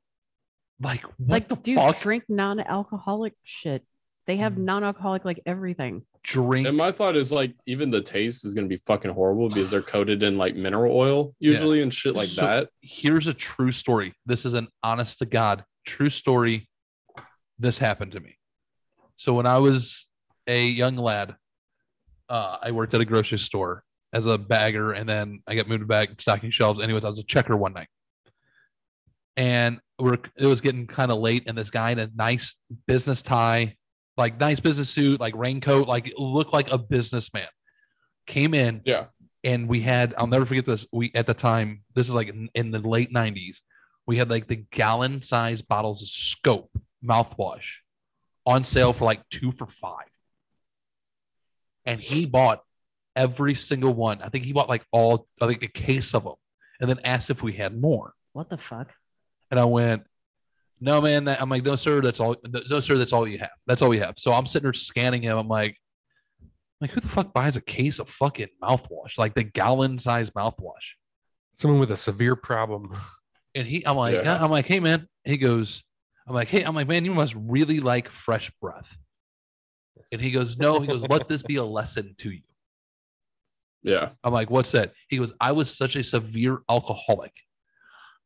Speaker 1: like what
Speaker 3: Like,
Speaker 1: the
Speaker 3: dude,
Speaker 1: fuck
Speaker 3: drink non-alcoholic shit. They have
Speaker 1: Mm.
Speaker 3: non-alcoholic like everything.
Speaker 1: drink.
Speaker 4: And my thought is like even the taste is gonna be fucking horrible because they're coated in like mineral oil usually and shit like
Speaker 1: So-
Speaker 4: that.
Speaker 1: Here's a true story. This is an honest to God true story. This happened to me. So when I was a young lad, uh, I worked at a grocery store as a bagger, and then I got moved to back stocking shelves. Anyways, I was a checker one night, and we're it was getting kind of late, and this guy in a nice business tie, like nice business suit, like raincoat, like looked like a businessman, came in,
Speaker 4: Yeah.
Speaker 1: and we had I'll never forget this. We at the time, this is like in, in the late '90s, we had like the gallon size bottles of Scope mouthwash on sale for like two for five and he bought every single one. I think he bought like all, I think a case of them, and then asked if we had more.
Speaker 3: What the fuck?
Speaker 1: And I went, "No, man." that- I'm like, "No, sir. That's all. No, sir. That's all you have. That's all we have." So I'm sitting there scanning him. I'm like, "Like, who the fuck buys a case of fucking mouthwash? Like the gallon size mouthwash?"
Speaker 2: Someone with a severe problem.
Speaker 1: And he, I'm like,
Speaker 4: Yeah.
Speaker 1: I'm like, hey man. He goes, I'm like, hey, I'm like, man, you must really like fresh breath. And he goes, no. He goes, let this be a lesson to you.
Speaker 4: Yeah.
Speaker 1: I'm like, what's that? He goes, I was such a severe alcoholic.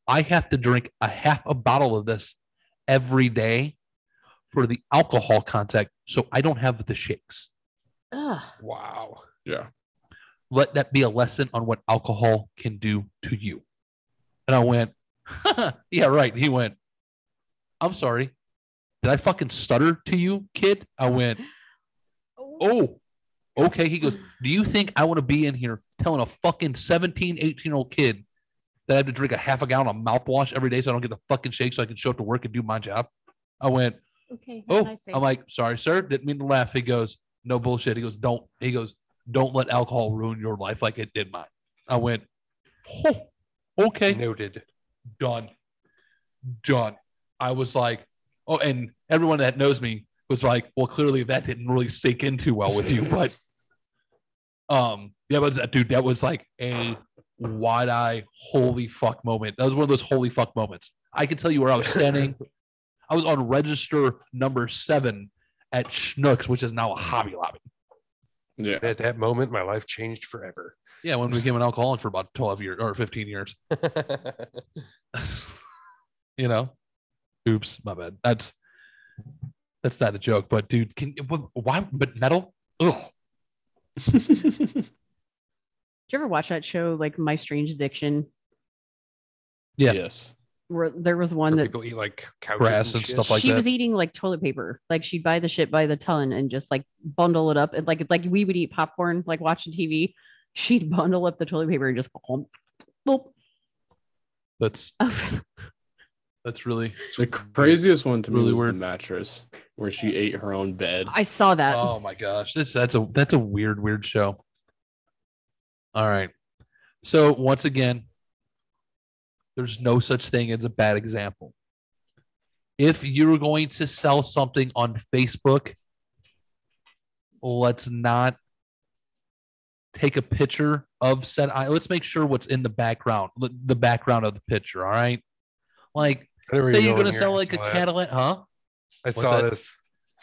Speaker 1: I have to drink a half a bottle of this every day for the alcohol contact so I don't have the shakes.
Speaker 3: Ugh.
Speaker 2: Wow.
Speaker 4: Yeah.
Speaker 1: Let that be a lesson on what alcohol can do to you. And I went, yeah, right. He went, I'm sorry. Did I fucking stutter to you, kid? I went, oh okay he goes do you think i want to be in here telling a fucking 17 18 year old kid that i have to drink a half a gallon of mouthwash every day so i don't get the fucking shake so i can show up to work and do my job i went
Speaker 3: Okay.
Speaker 1: oh i'm like sorry sir didn't mean to laugh he goes no bullshit he goes don't he goes don't let alcohol ruin your life like it did mine i went oh okay
Speaker 2: Noted.
Speaker 1: done, done. I was like, oh, and everyone that knows me was like, well, clearly that didn't really sink in too well with you, but um, that was dude, that was like a wide eye, holy fuck moment. That was one of those holy fuck moments. I can tell you where I was standing. I was on register number seven at Schnucks, which is now a Hobby Lobby.
Speaker 4: Yeah.
Speaker 2: At that moment, my life changed forever.
Speaker 1: Yeah, when we became an alcoholic for about 12 years or 15 years. you know oops my bad that's that's not a joke but dude can wh- why but metal Ugh.
Speaker 3: Did you ever watch that show like My Strange Addiction?
Speaker 1: Yeah.
Speaker 4: Yes.
Speaker 3: Where there was one
Speaker 2: Where
Speaker 3: that
Speaker 2: people eat like couches
Speaker 1: Grass
Speaker 2: and,
Speaker 1: and
Speaker 2: shit.
Speaker 1: stuff like
Speaker 3: she
Speaker 1: that.
Speaker 3: was eating like toilet paper. Like she'd buy the shit by the ton and just like bundle it up. And like like we would eat popcorn, like watching TV. She'd bundle up the toilet paper and just boom, boop.
Speaker 1: that's that's really
Speaker 4: The craziest one to me
Speaker 1: Really
Speaker 4: was
Speaker 1: weird.
Speaker 4: the mattress where she ate her own bed.
Speaker 3: I saw that.
Speaker 1: oh my gosh that's that's a that's a weird weird show all right so once again there's no such thing as a bad example if you're going to sell something on facebook let's not take a picture of said i let's make sure what's in the background the the background of the picture all right like
Speaker 2: I don't
Speaker 1: say
Speaker 2: really
Speaker 1: you're
Speaker 2: know
Speaker 1: going to
Speaker 2: where
Speaker 1: sell
Speaker 2: I
Speaker 1: like a
Speaker 2: saw that.
Speaker 1: cadillac huh
Speaker 2: I saw
Speaker 1: that?
Speaker 2: this.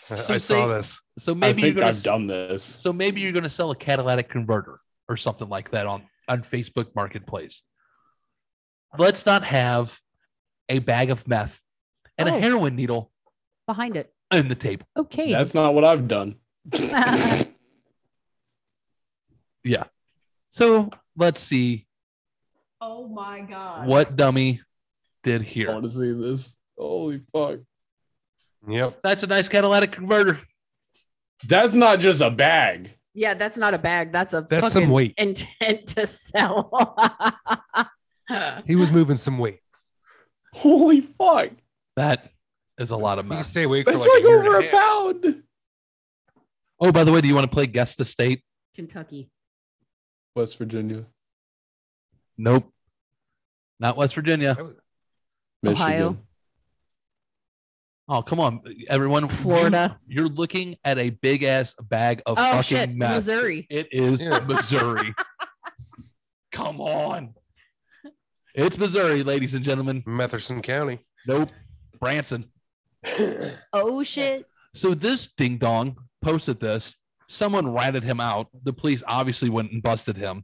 Speaker 1: So
Speaker 2: I
Speaker 1: say-
Speaker 2: saw this.
Speaker 1: so
Speaker 4: I
Speaker 1: maybe you're
Speaker 4: think
Speaker 1: going
Speaker 4: I've
Speaker 1: to
Speaker 4: done this.
Speaker 1: So maybe you're going to sell a catalytic converter or something like that on, on Facebook Marketplace. Let's not have a bag of meth and
Speaker 3: Oh.
Speaker 1: a heroin needle
Speaker 3: Behind it.
Speaker 1: in the table.
Speaker 3: Okay.
Speaker 4: That's not what I've done.
Speaker 1: So let's see
Speaker 3: oh my god.
Speaker 1: what dummy did
Speaker 4: I
Speaker 3: Oh,
Speaker 1: here.
Speaker 4: want to see this. Holy fuck.
Speaker 2: Yep.
Speaker 1: That's a nice catalytic converter.
Speaker 4: That's not just a bag.
Speaker 3: Yeah, that's not a bag. That's a
Speaker 2: That's some
Speaker 3: fucking
Speaker 2: weight.
Speaker 3: intent to sell.
Speaker 2: He was moving some weight.
Speaker 4: Holy fuck.
Speaker 1: That is a lot of
Speaker 2: You can
Speaker 1: meth.
Speaker 2: stay awake for
Speaker 4: That's
Speaker 2: like,
Speaker 4: like,
Speaker 2: a year
Speaker 4: over
Speaker 2: and
Speaker 4: a
Speaker 2: a half.
Speaker 4: pound.
Speaker 1: Oh, by the way, do you want to play guest the state?
Speaker 3: Kentucky.
Speaker 4: West Virginia.
Speaker 1: Nope. Not West Virginia.
Speaker 4: Michigan.
Speaker 3: Ohio.
Speaker 1: Oh, come on, everyone. You-
Speaker 3: Florida.
Speaker 1: You're looking at a big ass bag of
Speaker 3: Oh,
Speaker 1: fucking
Speaker 3: shit,
Speaker 1: meth.
Speaker 3: Missouri.
Speaker 1: It is
Speaker 2: Yeah.
Speaker 1: Missouri. come on. It's Missouri, ladies and gentlemen.
Speaker 2: Metherson County.
Speaker 1: Nope. Branson.
Speaker 3: Oh shit.
Speaker 1: So this ding dong posted this. Someone ratted him out. The police obviously went and busted him.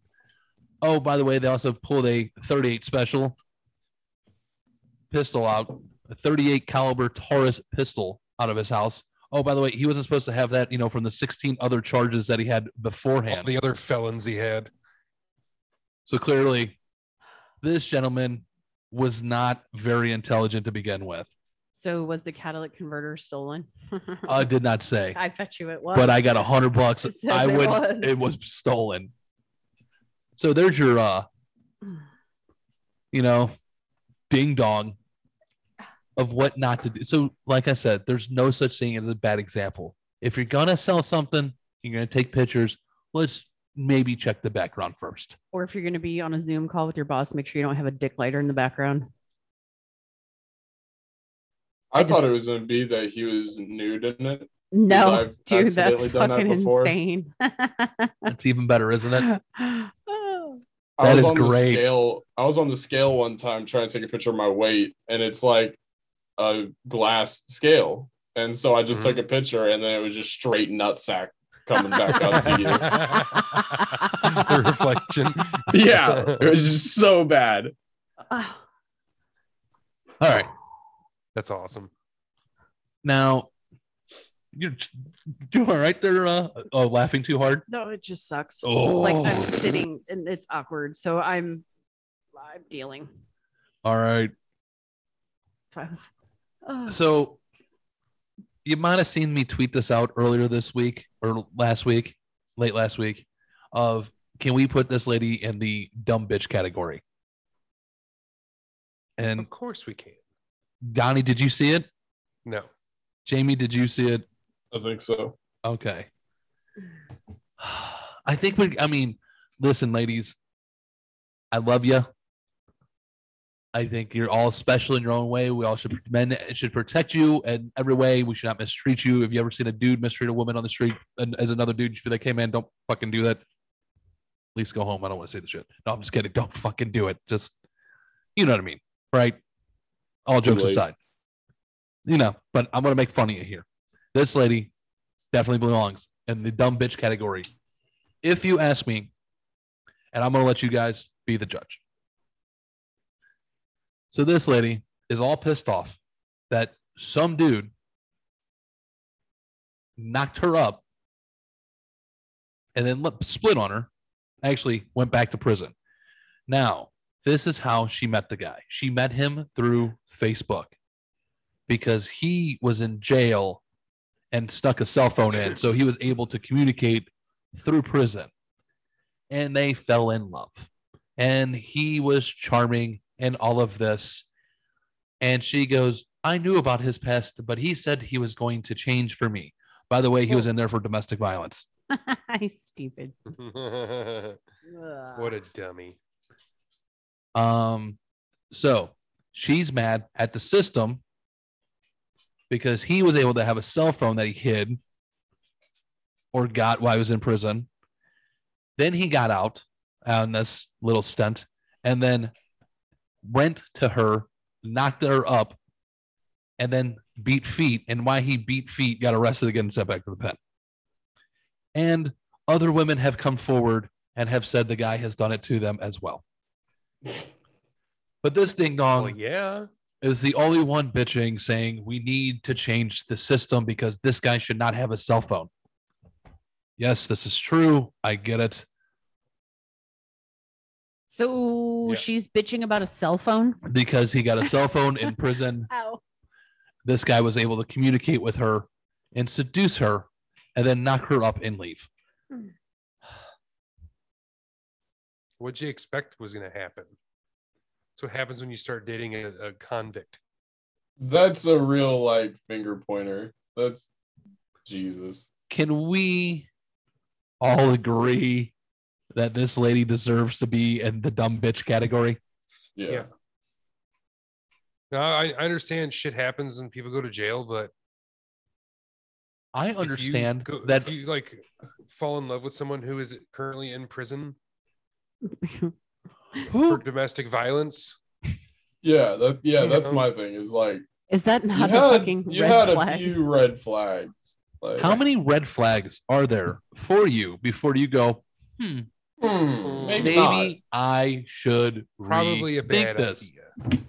Speaker 1: Oh, by the way, they also pulled a 38 special pistol out, a 38 caliber Taurus pistol out of his house. Oh, by the way, he wasn't supposed to have that, you know, from the 16 other charges that he had
Speaker 2: All
Speaker 1: beforehand.
Speaker 2: Oh, the other felons he had.
Speaker 1: So clearly, this gentleman was not very intelligent to begin with.
Speaker 3: So was the catalytic converter stolen?
Speaker 1: I did not say.
Speaker 3: I bet you it
Speaker 1: Uh,
Speaker 3: was.
Speaker 1: but I got a hundred bucks.
Speaker 3: It says
Speaker 1: I
Speaker 3: it
Speaker 1: would.
Speaker 3: was.
Speaker 1: It was stolen. So there's your, uh, you know, ding dong of what not to do. So, like I said, there's no such thing as a bad example. If you're gonna sell something, you're gonna take pictures. Let's maybe check the background first.
Speaker 3: Or if you're going to be on a Zoom call with your boss, make sure you don't have a dick lighter in the background.
Speaker 4: I,
Speaker 3: I
Speaker 4: thought
Speaker 3: just-
Speaker 4: it was gonna be that he was nude in it. 'cause
Speaker 3: No,
Speaker 4: I've
Speaker 3: dude, that's
Speaker 4: accidentally done
Speaker 3: fucking
Speaker 4: that before.
Speaker 3: insane.
Speaker 1: That's even better, isn't it?
Speaker 3: Oh.
Speaker 1: That
Speaker 4: I was
Speaker 1: is
Speaker 4: on
Speaker 1: great.
Speaker 4: the scale. I was on the scale one time trying to take a picture of my weight, and it's like a glass scale. And so I just
Speaker 2: Mhm.
Speaker 4: took a picture, and then it was just straight nutsack coming back up to you.
Speaker 2: the reflection.
Speaker 4: Yeah, it was just so bad.
Speaker 3: Oh.
Speaker 1: All right.
Speaker 2: That's awesome.
Speaker 1: Now, you do all right there. Uh, oh, laughing too hard.
Speaker 3: No, it just sucks.
Speaker 1: Oh,
Speaker 3: Like I'm sitting and it's awkward. So I'm I'm dealing.
Speaker 1: all right.
Speaker 3: So I was oh,
Speaker 1: So you might have seen me tweet this out earlier this week or last week, late last week, of can we put this lady in the dumb bitch category? And
Speaker 2: Of course we can.
Speaker 1: Donnie, did you see it?
Speaker 2: No.
Speaker 1: Jamie, did you see it?
Speaker 4: I think so.
Speaker 1: Okay. I think we, I mean, listen, ladies, I love you. I think you're all special in your own way. We all should, men should protect you in every way. We should not mistreat you. Have you ever seen a dude mistreat a woman on the street and as another dude? You should be like, hey, man, don't fucking do that. At least go home. I don't want to say the shit. No, I'm just kidding. Don't fucking do it. Just, you know what I mean? Right? All jokes
Speaker 4: Totally.
Speaker 1: aside, you know, but I'm going to make fun of you here. This lady definitely belongs in the dumb bitch category. If you ask me, and I'm going to let you guys be the judge. So this lady is all pissed off that some dude knocked her up and then le- split on her. Actually, went back to prison. Now, this is how she met the guy. She met him through Facebook because he was in jail and stuck a cell phone in. So he was able to communicate through prison. And they fell in love. And he was charming and all of this. And she goes, I knew about his past, but he said he was going to change for me. By the way, he was in there for domestic violence.
Speaker 3: he's stupid.
Speaker 2: what
Speaker 3: What
Speaker 2: a dummy.
Speaker 1: Um, so she's mad at the system because he was able to have a cell phone that he hid or got while he was in prison. Then he got out on this little stunt and then went to her, knocked her up, and then beat feet. And why he beat feet got arrested again and sent back to the pen. And other women have come forward and have said the guy has done it to them as well. But this ding dong
Speaker 2: well, yeah.
Speaker 1: is the only one bitching saying we need to change the system because this guy should not have a cell phone. Yes, this is true. I get it.
Speaker 3: So
Speaker 2: Yeah.
Speaker 3: she's bitching about a cell phone.
Speaker 1: Because he got a cell phone in prison,
Speaker 3: Ow.
Speaker 1: this guy was able to communicate with her and seduce her and then knock her up and leave.
Speaker 2: What'd you expect was going to happen? That's what happens when you start dating a, a convict.
Speaker 4: That's a real like finger pointer. That's Jesus.
Speaker 1: Can we all agree that this lady deserves to be in the dumb bitch category?
Speaker 4: Yeah.
Speaker 2: Yeah. No, I, I understand shit happens and people go to jail, but
Speaker 1: I
Speaker 2: if you
Speaker 1: understand
Speaker 2: go- if
Speaker 1: that
Speaker 2: you like fall in love with someone who is currently in prison for
Speaker 1: who
Speaker 2: domestic violence.
Speaker 4: Yeah, that yeah,
Speaker 2: You
Speaker 4: that's
Speaker 2: know?
Speaker 4: my thing. Is like
Speaker 3: Is that
Speaker 4: you
Speaker 3: not a
Speaker 4: had,
Speaker 3: fucking
Speaker 4: you
Speaker 3: red
Speaker 4: had a
Speaker 3: flag?
Speaker 4: few red flags. Like,
Speaker 1: how many red flags are there for you before you go, hmm,
Speaker 4: Hmm, maybe,
Speaker 1: maybe
Speaker 4: not.
Speaker 1: I should
Speaker 2: Probably a
Speaker 1: rethink
Speaker 2: bad
Speaker 1: this.
Speaker 2: idea.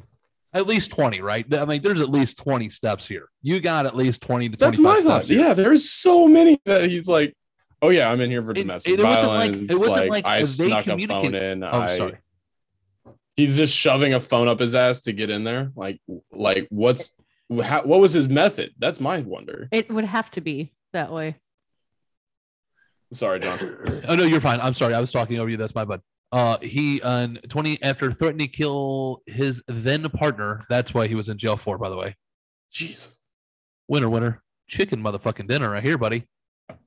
Speaker 1: At least 20, right? I mean, there's at least 20 steps here. You got at least 20 to 25
Speaker 4: That's my
Speaker 1: steps
Speaker 4: thought.
Speaker 1: here.
Speaker 4: Yeah, there's so many that he's like, oh yeah, I'm in here for
Speaker 1: It-
Speaker 4: domestic
Speaker 1: it wasn't like- it
Speaker 4: violence.
Speaker 1: wasn't
Speaker 4: like,
Speaker 1: like
Speaker 4: I
Speaker 1: they
Speaker 4: snuck a phone
Speaker 1: communicate-
Speaker 4: in.
Speaker 1: Oh,
Speaker 4: I
Speaker 1: sorry.
Speaker 4: he's just shoving a phone up his ass to get in there. Like like what's how, what was his method? That's my wonder.
Speaker 3: It would have to be that way.
Speaker 4: Sorry, John.
Speaker 1: Oh no, you're fine. I'm sorry. I was talking over you. That's my bud. Uh, he on 20 after threatening to kill his then partner. That's why he was in jail for, by the way.
Speaker 4: Jesus.
Speaker 1: Winner, winner, chicken motherfucking dinner right here, buddy.
Speaker 2: Got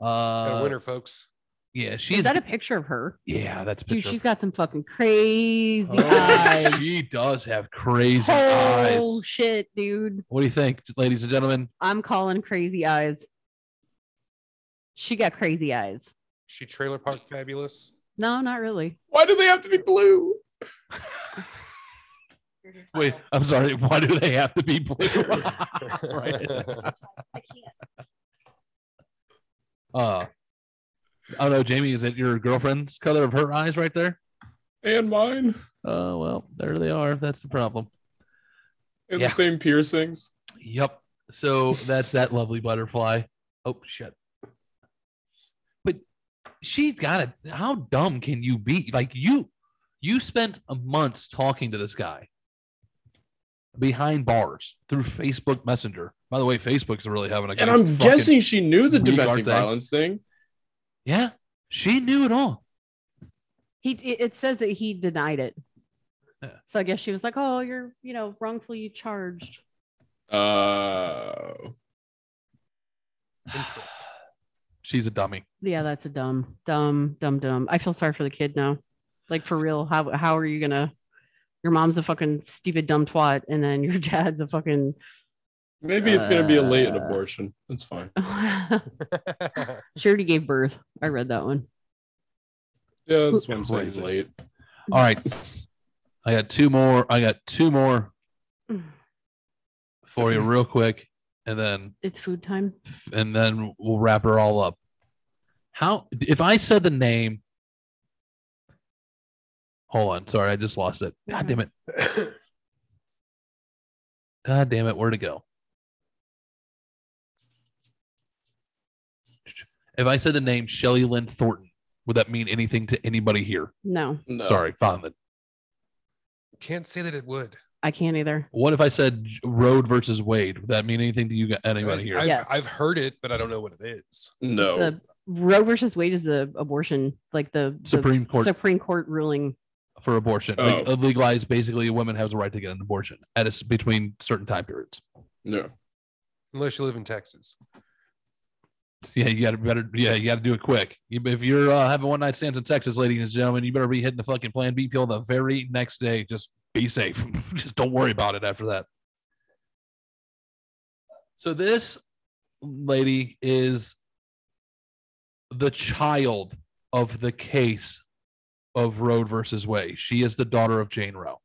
Speaker 1: Uh,
Speaker 2: a winner, folks.
Speaker 1: yeah, she's
Speaker 3: Is that a picture of her?
Speaker 1: yeah, that's a
Speaker 3: Dude,
Speaker 1: picture.
Speaker 3: she's got some fucking crazy
Speaker 4: Oh,
Speaker 3: eyes.
Speaker 1: she does have crazy
Speaker 3: Oh
Speaker 1: eyes.
Speaker 3: shit, dude.
Speaker 1: What do you think, ladies and gentlemen?
Speaker 3: I'm calling crazy eyes. She got crazy eyes.
Speaker 2: She trailer park fabulous.
Speaker 3: No, not really.
Speaker 4: Why do they have to be blue?
Speaker 1: Wait, I'm sorry. Why do they have to be blue? Right. Uh, I don't know, Jamie. Is it your girlfriend's color of her eyes right there?
Speaker 4: And mine.
Speaker 1: Oh well, there they are. That's the problem.
Speaker 4: And
Speaker 1: Yeah.
Speaker 4: the same piercings.
Speaker 1: Yep. So that's that lovely butterfly. Oh shit. But she's got it. How dumb can you be? Like you, you spent months talking to this guy behind bars through Facebook Messenger. By the way, Facebook's really having a.
Speaker 4: And
Speaker 1: good
Speaker 4: I'm
Speaker 1: fucking-
Speaker 4: guessing she knew the
Speaker 1: week, aren't
Speaker 4: domestic
Speaker 1: they?
Speaker 4: violence thing.
Speaker 1: Yeah, she knew it all.
Speaker 3: He it it says that he denied it.
Speaker 1: Yeah.
Speaker 3: So I guess she was like, "Oh, you're you know wrongfully charged."
Speaker 4: Uh,
Speaker 1: She's a dummy.
Speaker 3: Yeah, that's a dumb, dumb, dumb, dumb. I feel sorry for the kid now. Like for real, how how are you gonna? Your mom's a fucking stupid dumb twat, and then your dad's a fucking.
Speaker 4: maybe it's gonna be a late
Speaker 3: Uh.
Speaker 4: abortion. That's fine.
Speaker 3: she already gave birth. I read that one.
Speaker 4: Yeah, that's what I'm saying.
Speaker 1: Crazy.
Speaker 4: Late.
Speaker 1: All right, I got two more. I got two more for you, real quick, and then
Speaker 3: It's food time.
Speaker 1: and then we'll wrap her all up. How if I said the name? Hold on, sorry, I just lost it. God damn it! God damn it! Where to go? If I said the name Shelly Lynn Thornton, would that mean anything to anybody here?
Speaker 3: No,
Speaker 4: No.
Speaker 1: Sorry, found it.
Speaker 2: Can't say that it would.
Speaker 3: I can't either.
Speaker 1: What if I said Road versus Wade? Would that mean anything to you? gu- Anybody here?
Speaker 2: I've,
Speaker 3: Yes.
Speaker 2: I've heard it, but I don't know what it is.
Speaker 4: No.
Speaker 3: The Roe versus Wade is the abortion, like the the
Speaker 1: Supreme Court
Speaker 3: Supreme Court ruling.
Speaker 1: for abortion.
Speaker 4: Oh.
Speaker 1: Like, legalized basically, a woman has a right to get an abortion at a, s- between certain time periods.
Speaker 4: no.
Speaker 2: Unless you live in Texas.
Speaker 1: So, yeah, you got to better. Yeah, you got to do it quick. You- If you're uh, having one night stands in Texas, ladies and gentlemen, you better be hitting the fucking Plan B pill the very next day. Just be safe. Just don't worry about it after that. So this lady is the child of the case of Road versus Way. She is the daughter of Jane Roe.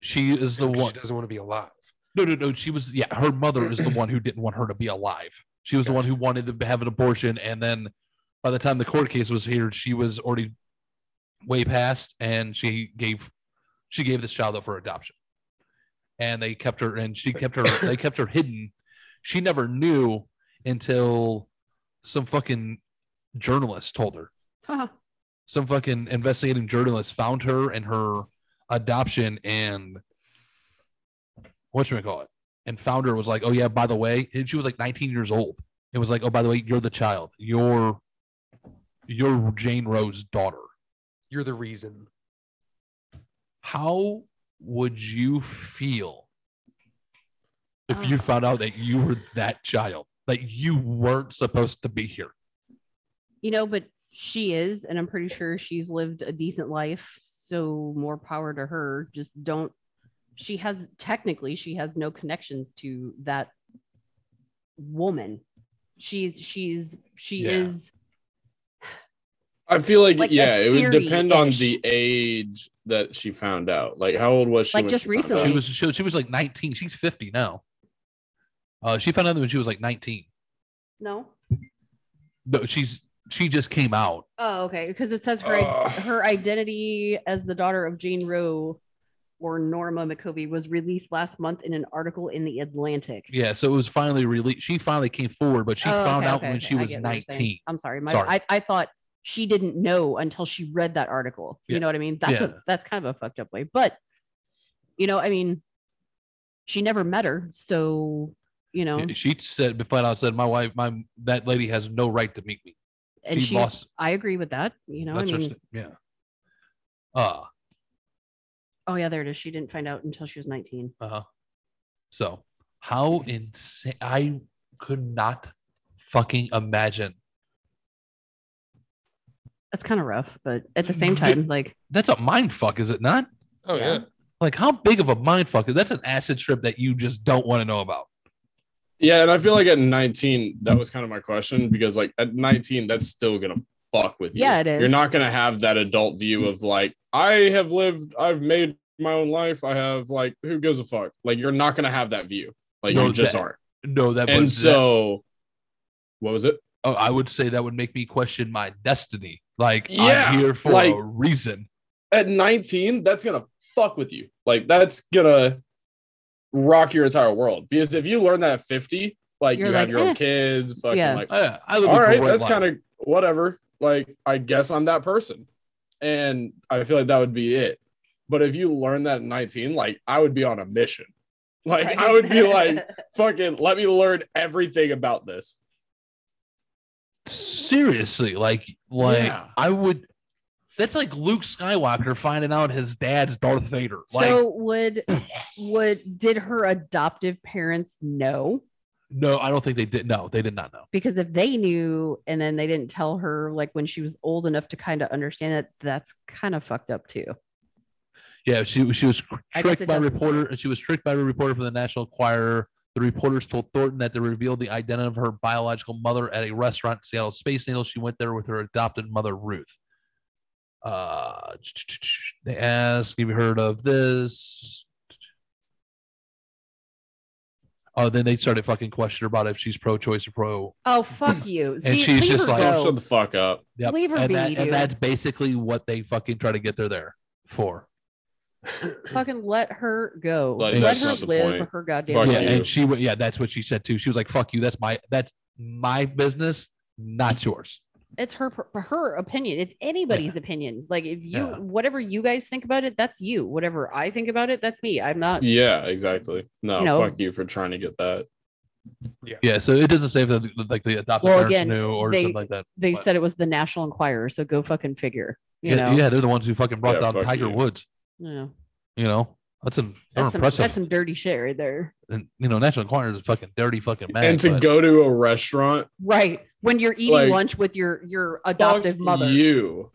Speaker 1: She is the
Speaker 2: She
Speaker 1: one.
Speaker 2: doesn't want to be alive.
Speaker 1: No, no, no. She was yeah. Her mother is the one who didn't want her to be alive. She was the one who wanted to have an abortion, and then by the time the court case was here, she was already way past, and she gave she gave this child up for adoption, and they kept her, and she kept her, they kept her hidden. She never knew until some fucking journalist told her
Speaker 3: Huh.
Speaker 1: some fucking investigating journalist found her and her adoption and what should we call it? And found her was like, oh yeah, by the way, and she was like 19 years old. It was like, oh by the way, you're the child. You're you're Jane Roe's daughter.
Speaker 2: You're the reason.
Speaker 1: How would you feel if
Speaker 3: Oh.
Speaker 1: you found out that you were that child, that you weren't supposed to be here?
Speaker 3: You know, but she is, and I'm pretty sure she's lived a decent life. So more power to her. Just don't. She has technically she has no connections to that woman. She's she's she
Speaker 2: Yeah.
Speaker 3: is
Speaker 4: I feel like,
Speaker 3: Like,
Speaker 4: yeah,
Speaker 3: a
Speaker 4: it would depend on
Speaker 3: theory-ish.
Speaker 4: the age that she found out. Like, how old was she?
Speaker 3: Like,
Speaker 4: when
Speaker 3: just
Speaker 4: she found out?
Speaker 3: recently.
Speaker 1: She was she, was- she was like 19. She's 50 now. Uh, she found out when she was like 19.
Speaker 3: no.
Speaker 1: No, she's she just came out.
Speaker 3: Oh, okay. Because it says her
Speaker 4: Ugh.
Speaker 3: her identity as the daughter of Jane Roe or Norma McCovey was released last month in an article in the Atlantic.
Speaker 1: Yeah, so it was finally released. She finally came forward, but she
Speaker 3: Oh,
Speaker 1: found
Speaker 3: okay,
Speaker 1: out
Speaker 3: okay,
Speaker 1: when
Speaker 3: okay.
Speaker 1: she
Speaker 3: I
Speaker 1: was
Speaker 3: get what you're saying.
Speaker 1: 19.
Speaker 3: I'm sorry. My,
Speaker 1: Sorry.
Speaker 3: I, I thought she didn't know until she read that article.
Speaker 1: Yeah.
Speaker 3: You know what I mean? That's
Speaker 1: Yeah.
Speaker 3: a, that's kind of a fucked up way. But you know, I mean, she never met her, so you know,
Speaker 1: She said, flat out said, my wife, my that lady has no right to meet me.
Speaker 3: and
Speaker 1: she
Speaker 3: she's.
Speaker 1: lost-
Speaker 3: I agree with that. You know, I
Speaker 1: That's her
Speaker 3: mean,
Speaker 1: st- yeah. Uh,
Speaker 3: oh yeah, there it is. She didn't find out until she was 19.
Speaker 1: Uh huh. So, how insane! I could not fucking imagine.
Speaker 3: That's kind of rough, but at the same time, like.
Speaker 1: That's a mind fuck, is it not?
Speaker 2: Oh yeah.
Speaker 1: Like, how big of a mind fuck is that's an acid trip that you just don't want to know about?
Speaker 4: Yeah, and I feel like at 19, that was kind of my question because like at 19, that's still gonna fuck with you.
Speaker 3: Yeah, it is.
Speaker 4: You're not gonna have that adult view of like, I have lived, I've made my own life, I have like who gives a fuck? Like you're not gonna have that view. Like
Speaker 1: No,
Speaker 4: you just
Speaker 1: that-
Speaker 4: aren't.
Speaker 1: No, that
Speaker 4: And
Speaker 1: was
Speaker 4: so what was it?
Speaker 1: oh, I would say that would make me question my destiny. Like,
Speaker 4: Yeah,
Speaker 1: I'm here for
Speaker 4: like-
Speaker 1: a reason.
Speaker 4: At 19, that's gonna fuck with you. Like that's gonna rock your entire world. Because if you learn that at 50, like
Speaker 3: You're
Speaker 4: you
Speaker 3: like,
Speaker 4: have your
Speaker 3: eh.
Speaker 4: own kids, fucking
Speaker 3: Yeah.
Speaker 4: like
Speaker 1: Uh, I live
Speaker 4: all right that's kind of whatever like i guess i'm that person and i feel like that would be it but if you learn that at 19 like i would be on a mission like i would be like fucking let me learn everything about this
Speaker 1: seriously like like
Speaker 4: Yeah.
Speaker 1: I would. That's like Luke Skywalker finding out his dad's Darth Vader. Like,
Speaker 3: so would would did her adoptive parents know?
Speaker 1: no, I don't think they did. No, they did not know.
Speaker 3: Because if they knew and then they didn't tell her like when she was old enough to kind of understand it, that's kind of fucked up too.
Speaker 1: Yeah, she she was
Speaker 3: I guess
Speaker 1: tricked
Speaker 3: it
Speaker 1: by a
Speaker 3: doesn't
Speaker 1: reporter, and she was tricked by a reporter from the National Enquirer. The reporters told Thornton that they revealed the identity of her biological mother at a restaurant in Seattle Space Needle. She went there with her adopted mother Ruth. Uh, they asked, "Have you heard of this?" Oh, then they started fucking questioning her about if she's pro-choice or pro.
Speaker 3: Oh fuck you. See,
Speaker 1: she's
Speaker 3: leave
Speaker 1: just
Speaker 3: her
Speaker 1: like-
Speaker 3: go.
Speaker 4: oh shut the fuck up
Speaker 1: Yep.
Speaker 3: Leave her
Speaker 1: and,
Speaker 3: be,
Speaker 1: that- and
Speaker 3: dude.
Speaker 1: that's basically what they fucking try to get her there for.
Speaker 3: fucking let her go.
Speaker 4: Like,
Speaker 3: let
Speaker 1: that's
Speaker 3: her
Speaker 4: not the
Speaker 3: live
Speaker 4: point.
Speaker 3: her goddamn
Speaker 4: Fuck
Speaker 1: yeah,
Speaker 3: life.
Speaker 4: you.
Speaker 1: and she wa- yeah, that's what she said too. She was like, "Fuck you, that's my that's my business, not yours."
Speaker 3: It's her her opinion. It's anybody's opinion. Like if you
Speaker 1: Yeah.
Speaker 3: whatever you guys think about it, that's you. Whatever I think about it, that's me. I'm not
Speaker 4: yeah exactly no
Speaker 3: No.
Speaker 4: fuck you for trying to get that
Speaker 1: Yeah, so it doesn't say if the, like the adopted
Speaker 3: Well,
Speaker 1: parents
Speaker 3: again,
Speaker 1: knew or
Speaker 3: they-
Speaker 1: something like that.
Speaker 3: they
Speaker 1: But-
Speaker 3: said it was the National Enquirer, so go fucking figure. You
Speaker 1: yeah,
Speaker 3: know,
Speaker 1: yeah, they're the ones who fucking brought
Speaker 4: Yeah,
Speaker 1: down
Speaker 4: fuck
Speaker 1: Tiger
Speaker 4: you.
Speaker 1: Woods.
Speaker 3: You know,
Speaker 1: You know, that's, a, they're
Speaker 3: that's some
Speaker 1: impressive.
Speaker 3: that's some dirty shit right there.
Speaker 1: and, you know, National Enquirer is a fucking dirty fucking man.
Speaker 4: and to
Speaker 1: but-
Speaker 4: go to a restaurant
Speaker 3: Right when you're eating
Speaker 4: Like,
Speaker 3: lunch with your your adoptive
Speaker 4: adoptive fuck
Speaker 3: mother.
Speaker 4: you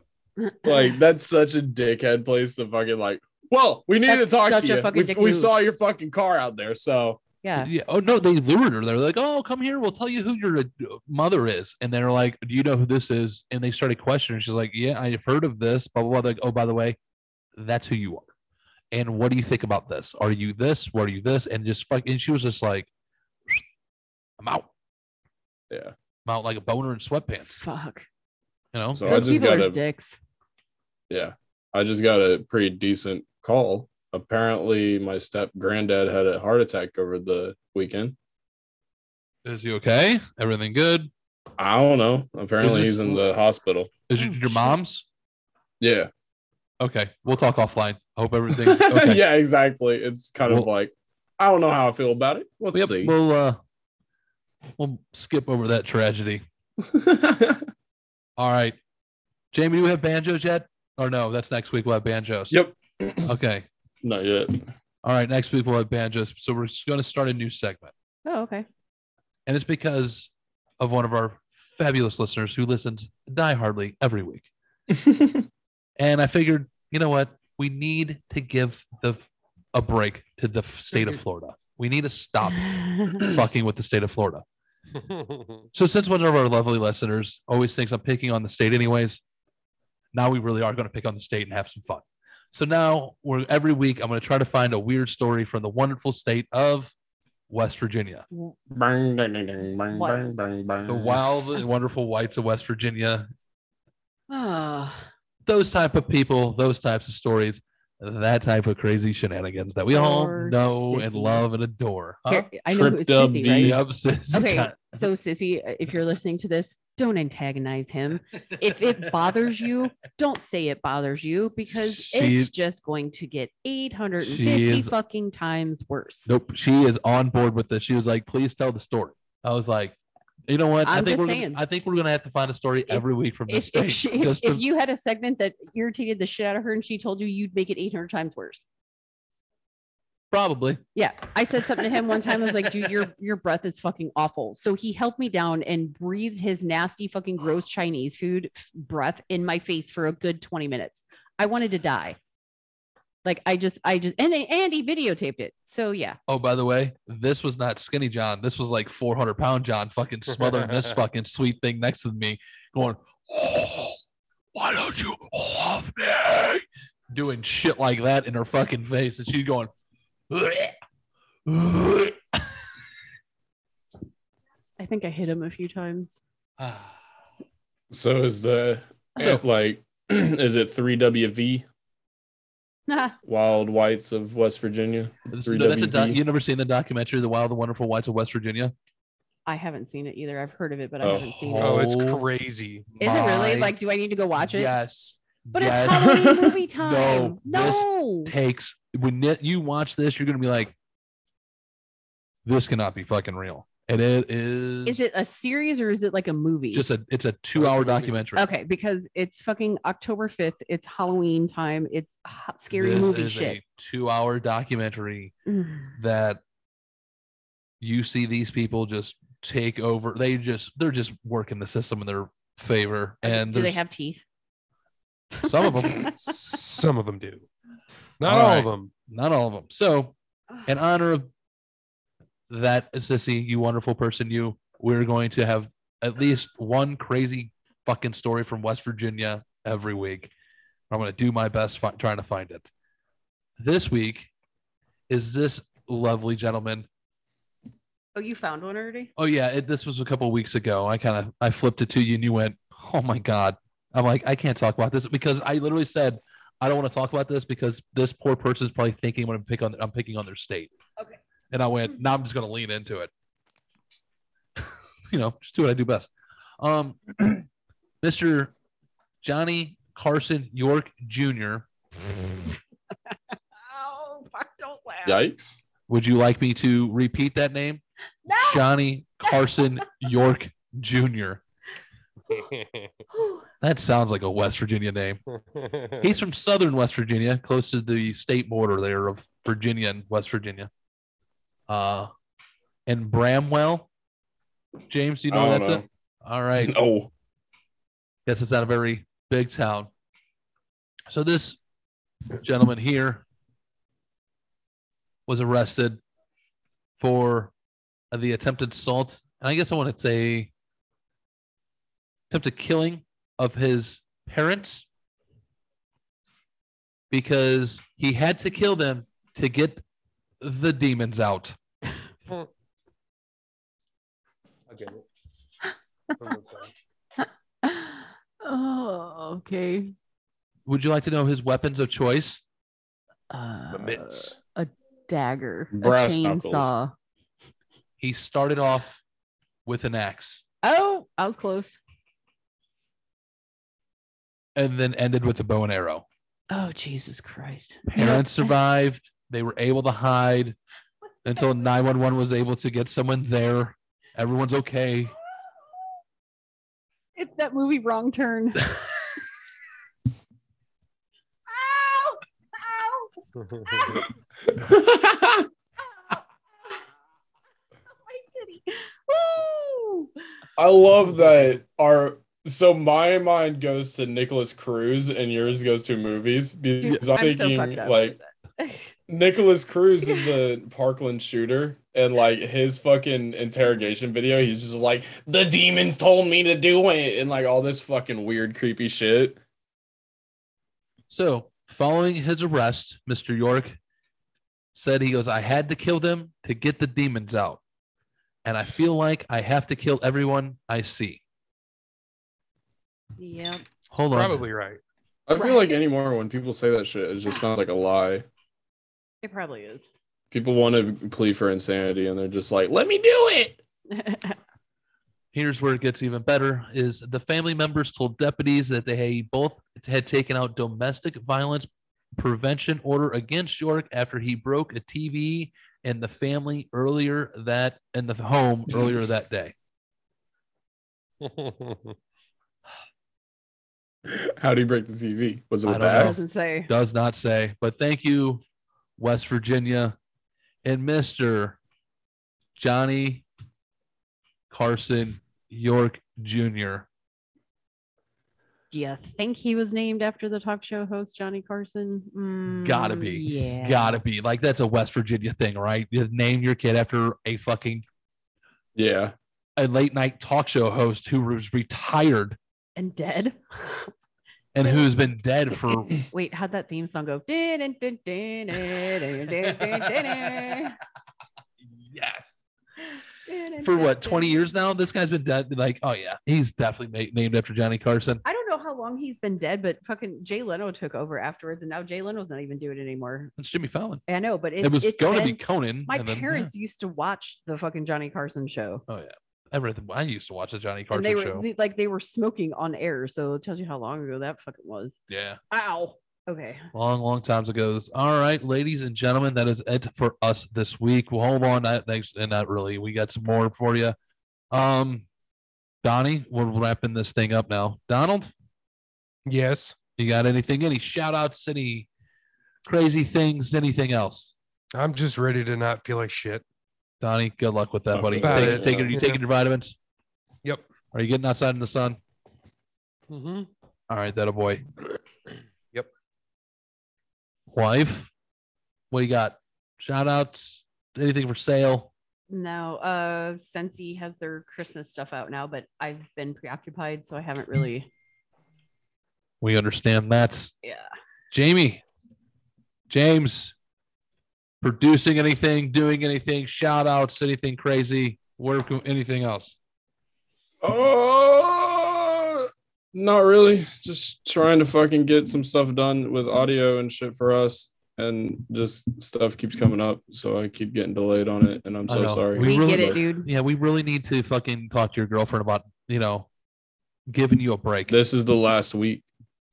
Speaker 4: like that's such a dickhead place to fucking like well we need
Speaker 3: That's
Speaker 4: to talk
Speaker 3: such
Speaker 4: to
Speaker 3: a
Speaker 4: you
Speaker 3: fucking
Speaker 4: we,
Speaker 3: dick
Speaker 4: we
Speaker 3: move.
Speaker 4: saw your fucking car out there so
Speaker 3: yeah,
Speaker 1: yeah. Oh no, they lured her. They're like, "Oh, come here. We'll tell you who your uh, mother is." And they're like, "Do you know who this is?" And they started questioning. She's like, "Yeah, I've heard of this." Blah blah blah. They're like, "Oh, by the way, that's who you are." And what do you think about this? Are you this? What are you this? And just fuck. And she was just like, "I'm out.
Speaker 4: Yeah.
Speaker 1: I'm out like a boner in sweatpants."
Speaker 3: fuck.
Speaker 1: You know.
Speaker 4: So I
Speaker 3: Those
Speaker 4: just
Speaker 3: people are
Speaker 4: gotta-
Speaker 3: dicks.
Speaker 4: Yeah. I just got a pretty decent call. Apparently, my step granddad had a heart attack over the weekend.
Speaker 1: Is he okay? Everything good?
Speaker 4: I don't know. Apparently,
Speaker 1: Is this-
Speaker 4: he's in the hospital.
Speaker 1: Is
Speaker 3: Oh,
Speaker 1: it your
Speaker 3: shit.
Speaker 1: mom's?
Speaker 4: Yeah.
Speaker 1: Okay, we'll talk offline. I hope everything's okay.
Speaker 4: yeah, exactly. It's kind of
Speaker 1: Well-
Speaker 4: like, I don't know how I feel about it. Let's
Speaker 1: Yep,
Speaker 4: see.
Speaker 1: we'll uh, we'll skip over that tragedy. All right. Jamie, do we have banjos yet? Or no, that's next week. We'll have banjos.
Speaker 4: yep.
Speaker 1: Okay.
Speaker 4: Not yet.
Speaker 1: All right. Next week we'll have banjos. So we're going to start a new segment.
Speaker 3: Oh okay.
Speaker 1: And it's because of one of our fabulous listeners who listens diehardly every week. And I figured, you know what? We need to give the a break to the f- state of Florida. We need to stop fucking with the state of Florida. So since one of our lovely listeners always thinks I'm picking on the state anyways, now we really are going to pick on the state and have some fun. So now we're every week I'm going to try to find a weird story from the wonderful state of West Virginia.
Speaker 4: Bang, ding, ding, ding, bang,
Speaker 3: What?
Speaker 4: bang, bang, bang.
Speaker 1: The wild and wonderful whites of West Virginia,
Speaker 3: oh,
Speaker 1: those type of people, those types of stories, that type of crazy shenanigans that we all
Speaker 3: Or
Speaker 1: know and
Speaker 3: sissy.
Speaker 1: love and adore. Huh?
Speaker 3: here- I know who
Speaker 4: Tripped
Speaker 3: it's
Speaker 4: up
Speaker 3: Sissy,
Speaker 4: Uh, V.
Speaker 3: right?
Speaker 1: Yep, sissy.
Speaker 3: Okay, so Sissy, if you're listening to this, don't antagonize him. If it bothers you, don't say it bothers you because
Speaker 1: She's-
Speaker 3: it's just going to get 850
Speaker 1: She is-
Speaker 3: fucking times worse.
Speaker 1: Nope, she is on board with this. She was like, "Please tell the story." I was like, "You know what? I
Speaker 3: I'm
Speaker 1: think
Speaker 3: just
Speaker 1: we're
Speaker 3: saying.
Speaker 1: gonna, I think we're gonna have to find a story every week from this
Speaker 3: If,
Speaker 1: state."
Speaker 3: if, she, if,
Speaker 1: just to-
Speaker 3: you had a segment that irritated the shit out of her and she told you, you'd make it 800 times worse.
Speaker 1: probably.
Speaker 3: Yeah, I said something to him one time. I was like, "Dude, your your breath is fucking awful." So he held me down and breathed his nasty, fucking gross Chinese food breath in my face for a good twenty minutes. I wanted to die. Like I just, I just, and and he videotaped it. So yeah,
Speaker 1: Oh, by the way, this was not skinny John. This was like 400 pound John fucking smothering this fucking sweet thing next to me, going, oh, why don't you love me? Doing shit like that in her fucking face. And she's going, "Bleh, bleh."
Speaker 3: I think I hit him a few times.
Speaker 4: So is the eh,
Speaker 1: So-
Speaker 4: like is it three WV
Speaker 3: Nah,
Speaker 4: Wild Whites of West Virginia?
Speaker 1: That's
Speaker 4: Three
Speaker 1: a doc-
Speaker 4: WV.
Speaker 1: you never seen the documentary, The Wild and Wonderful Whites of West Virginia?
Speaker 3: I haven't seen it either. I've heard of it, but I
Speaker 4: Oh,
Speaker 3: haven't seen it.
Speaker 2: oh, it's
Speaker 1: Oh.
Speaker 2: crazy.
Speaker 3: Is it really?
Speaker 1: My-
Speaker 3: Like, do I need to go watch it?
Speaker 1: Yes.
Speaker 3: But
Speaker 1: yes.
Speaker 3: it's Halloween movie time.
Speaker 1: No, this-
Speaker 3: no.
Speaker 1: takes when it- you watch this, you're gonna be like, this cannot be fucking real, and it is.
Speaker 3: Is it a series or is it like a movie?
Speaker 1: just a? It's a two-hour
Speaker 2: movie.
Speaker 1: documentary.
Speaker 3: Okay, because it's fucking October 5th. It's Halloween time. It's ho- scary
Speaker 1: This
Speaker 3: movie
Speaker 1: is
Speaker 3: shit.
Speaker 1: A two-hour documentary
Speaker 3: Mm.
Speaker 1: that you see these people just take over. They just they're just working the system in their favor, and
Speaker 3: Do they
Speaker 1: there's-
Speaker 3: have teeth?
Speaker 1: some of them,
Speaker 2: Some of them do. Not
Speaker 1: All
Speaker 2: all,
Speaker 1: right.
Speaker 2: of them.
Speaker 1: not all of them. So in honor of that sissy you wonderful person you we're going to have at least one crazy fucking story from west virginia every week i'm going to do my best fi- trying to find it this week is this lovely gentleman
Speaker 3: Oh, you found one already?
Speaker 1: oh yeah it, this was a couple weeks ago i kind of i flipped it to you and you went oh my god i'm like i can't talk about this because i literally said i don't want to talk about this because this poor person's probably thinking when i'm picking on i'm picking on their state
Speaker 3: Okay.
Speaker 1: and i went now i'm just going to lean into it you know just do what i do best um mr johnny carson york jr
Speaker 3: Oh, fuck, don't laugh.
Speaker 4: Yikes.
Speaker 1: would you like me to repeat that name
Speaker 3: No!
Speaker 1: johnny carson york jr That sounds like a West Virginia name. He's from Southern West Virginia, close to the state border there of Virginia and West Virginia. Uh, and Bramwell, James, do you know
Speaker 4: I
Speaker 1: where
Speaker 4: don't
Speaker 1: that's
Speaker 4: know.
Speaker 1: it? All right,
Speaker 4: No.
Speaker 1: guess it's not a very big town. So this gentleman here was arrested for the attempted assault, and I guess I want to say attempted killing of his parents because he had to kill them to get the demons out.
Speaker 3: oh, okay.
Speaker 1: Would you like to know his weapons of choice?
Speaker 3: Uh,
Speaker 2: mitts.
Speaker 3: A dagger.
Speaker 4: Brass
Speaker 3: a
Speaker 4: knuckles.
Speaker 3: chainsaw.
Speaker 1: He started off with an axe
Speaker 3: Oh, I was close.
Speaker 1: and then ended with a bow and arrow.
Speaker 3: Oh, Jesus Christ. You know,
Speaker 1: parents survived. They were able to hide until 911 was able to get someone there. Everyone's okay.
Speaker 3: It's that movie Wrong Turn. ow! Ow! My titty. Woo!
Speaker 4: I love that our so my mind goes to Nicholas Cruz and yours goes to movies because
Speaker 3: Dude, I'm so
Speaker 4: I'm, thinking
Speaker 3: fucked up.
Speaker 4: like Nicholas Cruz is the Parkland shooter and like his fucking interrogation video he's just like the demons told me to do it and like all this fucking weird creepy shit.
Speaker 1: So, following his arrest, Mr. York said he goes, I had to kill them to get the demons out. And I feel like I have to kill everyone I see.
Speaker 3: Yep.
Speaker 1: Hold on.
Speaker 2: Probably right.
Speaker 4: I
Speaker 3: Right.
Speaker 4: feel like anymore when people say that shit it just sounds like a lie.
Speaker 3: It probably is.
Speaker 4: People want to plead for insanity and they're just like let me do it.
Speaker 1: Here's where it gets even better is the family members told deputies that they both had taken out domestic violence prevention order against York after he broke a TV and the family earlier that in the home earlier that day.
Speaker 4: How do you break the TV? Was it
Speaker 1: I
Speaker 4: with the
Speaker 1: don't know.
Speaker 4: axe?
Speaker 3: doesn't say.
Speaker 1: does not say. But thank you, West Virginia, and Mister Johnny Carson York Jr.
Speaker 3: Do you think he was named after the talk show host Johnny Carson? Mm,
Speaker 1: Gotta be,
Speaker 3: Yeah.
Speaker 1: gotta be. Like that's a West Virginia thing, right? You name your kid after a fucking
Speaker 4: Yeah.
Speaker 1: a late night talk show host who was retired
Speaker 3: And dead.
Speaker 1: and who's been dead for.
Speaker 3: Wait, how'd that theme song go? For
Speaker 1: Yes. For what, 20 years now? This guy's been dead. Like, oh, yeah, he's definitely ma- named after Johnny Carson.
Speaker 3: I don't know how long he's been dead, but fucking Jay Leno took over afterwards, and now Jay Leno's not even doing it anymore.
Speaker 1: It's Jimmy Fallon.
Speaker 3: I know, but it,
Speaker 1: It, was
Speaker 3: it's
Speaker 1: going to be
Speaker 3: been-
Speaker 1: Conan.
Speaker 3: My
Speaker 1: and then- yeah.
Speaker 3: parents used to watch the fucking Johnny Carson show.
Speaker 1: everything. I used to watch the Johnny
Speaker 3: and
Speaker 1: Carson
Speaker 3: they were
Speaker 1: show.
Speaker 3: they- like they were smoking on air, so it tells you how long ago that fucking was.
Speaker 1: yeah,
Speaker 3: Ow. Okay.
Speaker 1: long, long times ago. All right, ladies and gentlemen, that is it for us this week. Well, hold on, that thanks, and not really. We got some more for you. Um, Donnie, we're wrapping this thing up now. Donald,
Speaker 2: yes.
Speaker 1: you got anything? Any shout outs? Any crazy things? Anything else?
Speaker 2: I'm just ready to not feel like shit.
Speaker 1: Donnie, good luck with that,
Speaker 4: That's
Speaker 1: buddy.
Speaker 2: about
Speaker 1: Take,
Speaker 2: it.
Speaker 1: take it. Are you
Speaker 2: Yeah.
Speaker 1: taking your vitamins?
Speaker 2: Yep.
Speaker 1: Are you getting outside in the sun?
Speaker 2: Mm-hmm.
Speaker 1: All right, that'll boy.
Speaker 2: Yep.
Speaker 1: Wife, what do you got? Shout outs, anything for sale?
Speaker 3: No, uh Sensi has their Christmas stuff out now, but I've been preoccupied, so I haven't really
Speaker 1: We understand that.
Speaker 3: yeah.
Speaker 1: Jamie, James, producing anything, doing anything, shout outs, anything crazy, where, anything else?
Speaker 4: Oh, not really. Just trying to fucking get some stuff done with audio and shit for us, and just stuff keeps coming up, so I keep getting delayed on it, and I'm
Speaker 1: I
Speaker 4: so
Speaker 1: know.
Speaker 4: sorry.
Speaker 1: We
Speaker 3: We,
Speaker 1: really
Speaker 3: get it,
Speaker 4: like-
Speaker 3: dude.
Speaker 1: Yeah, we really need to fucking talk to your girlfriend about, you know, giving you a break.
Speaker 4: This is the last week,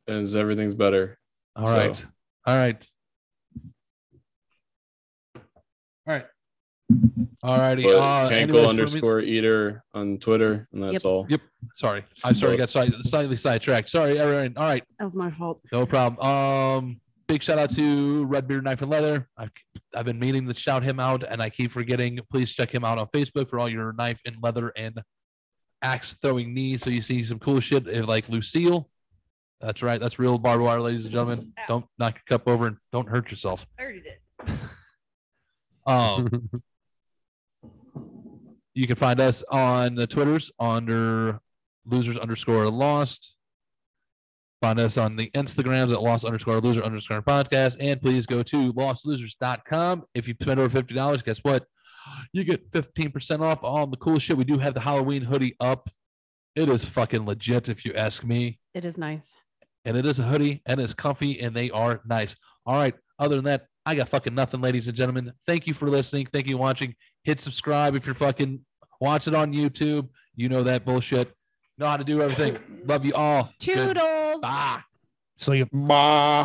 Speaker 4: and everything's better.
Speaker 1: All
Speaker 4: So-
Speaker 1: right. All right. All right. All righty.
Speaker 4: But
Speaker 1: Uh, anyways, for
Speaker 4: Kankel
Speaker 1: me-
Speaker 4: underscore Eater on Twitter, and that's
Speaker 3: Yep.
Speaker 4: all.
Speaker 1: Yep. Sorry. I'm sorry. I got sli- slightly sidetracked. Sorry, everyone. All right.
Speaker 3: That was my fault.
Speaker 1: No problem. Um, big shout out to Red Beard Knife and Leather. I've, I've been meaning to shout him out and I keep forgetting. Please check him out on Facebook for all your knife and leather and axe throwing needs. So you see some cool shit eh, like Lucille. That's right. That's real barbed wire, ladies and gentlemen.
Speaker 3: Ow.
Speaker 1: Don't knock your cup over and don't hurt yourself.
Speaker 3: I already did.
Speaker 1: Um, you can find us on the Twitters under losers underscore lost. Find us on the Instagrams at lost underscore loser underscore podcast. And please go to lostlosers.com. If you spend over $50, guess what? You get 15% off all the cool shit. We do have the Halloween hoodie up. It is fucking legit, if you ask me.
Speaker 3: It is nice.
Speaker 1: And it is a hoodie and it's comfy and they are nice. All right. Other than that, I got fucking nothing, ladies and gentlemen. Thank you for listening. Thank you for watching. Hit subscribe if you're fucking watching on YouTube. You know that bullshit. Know how to do everything. Love you all.
Speaker 3: Toodles.
Speaker 1: Bye.
Speaker 2: So you
Speaker 4: Bah.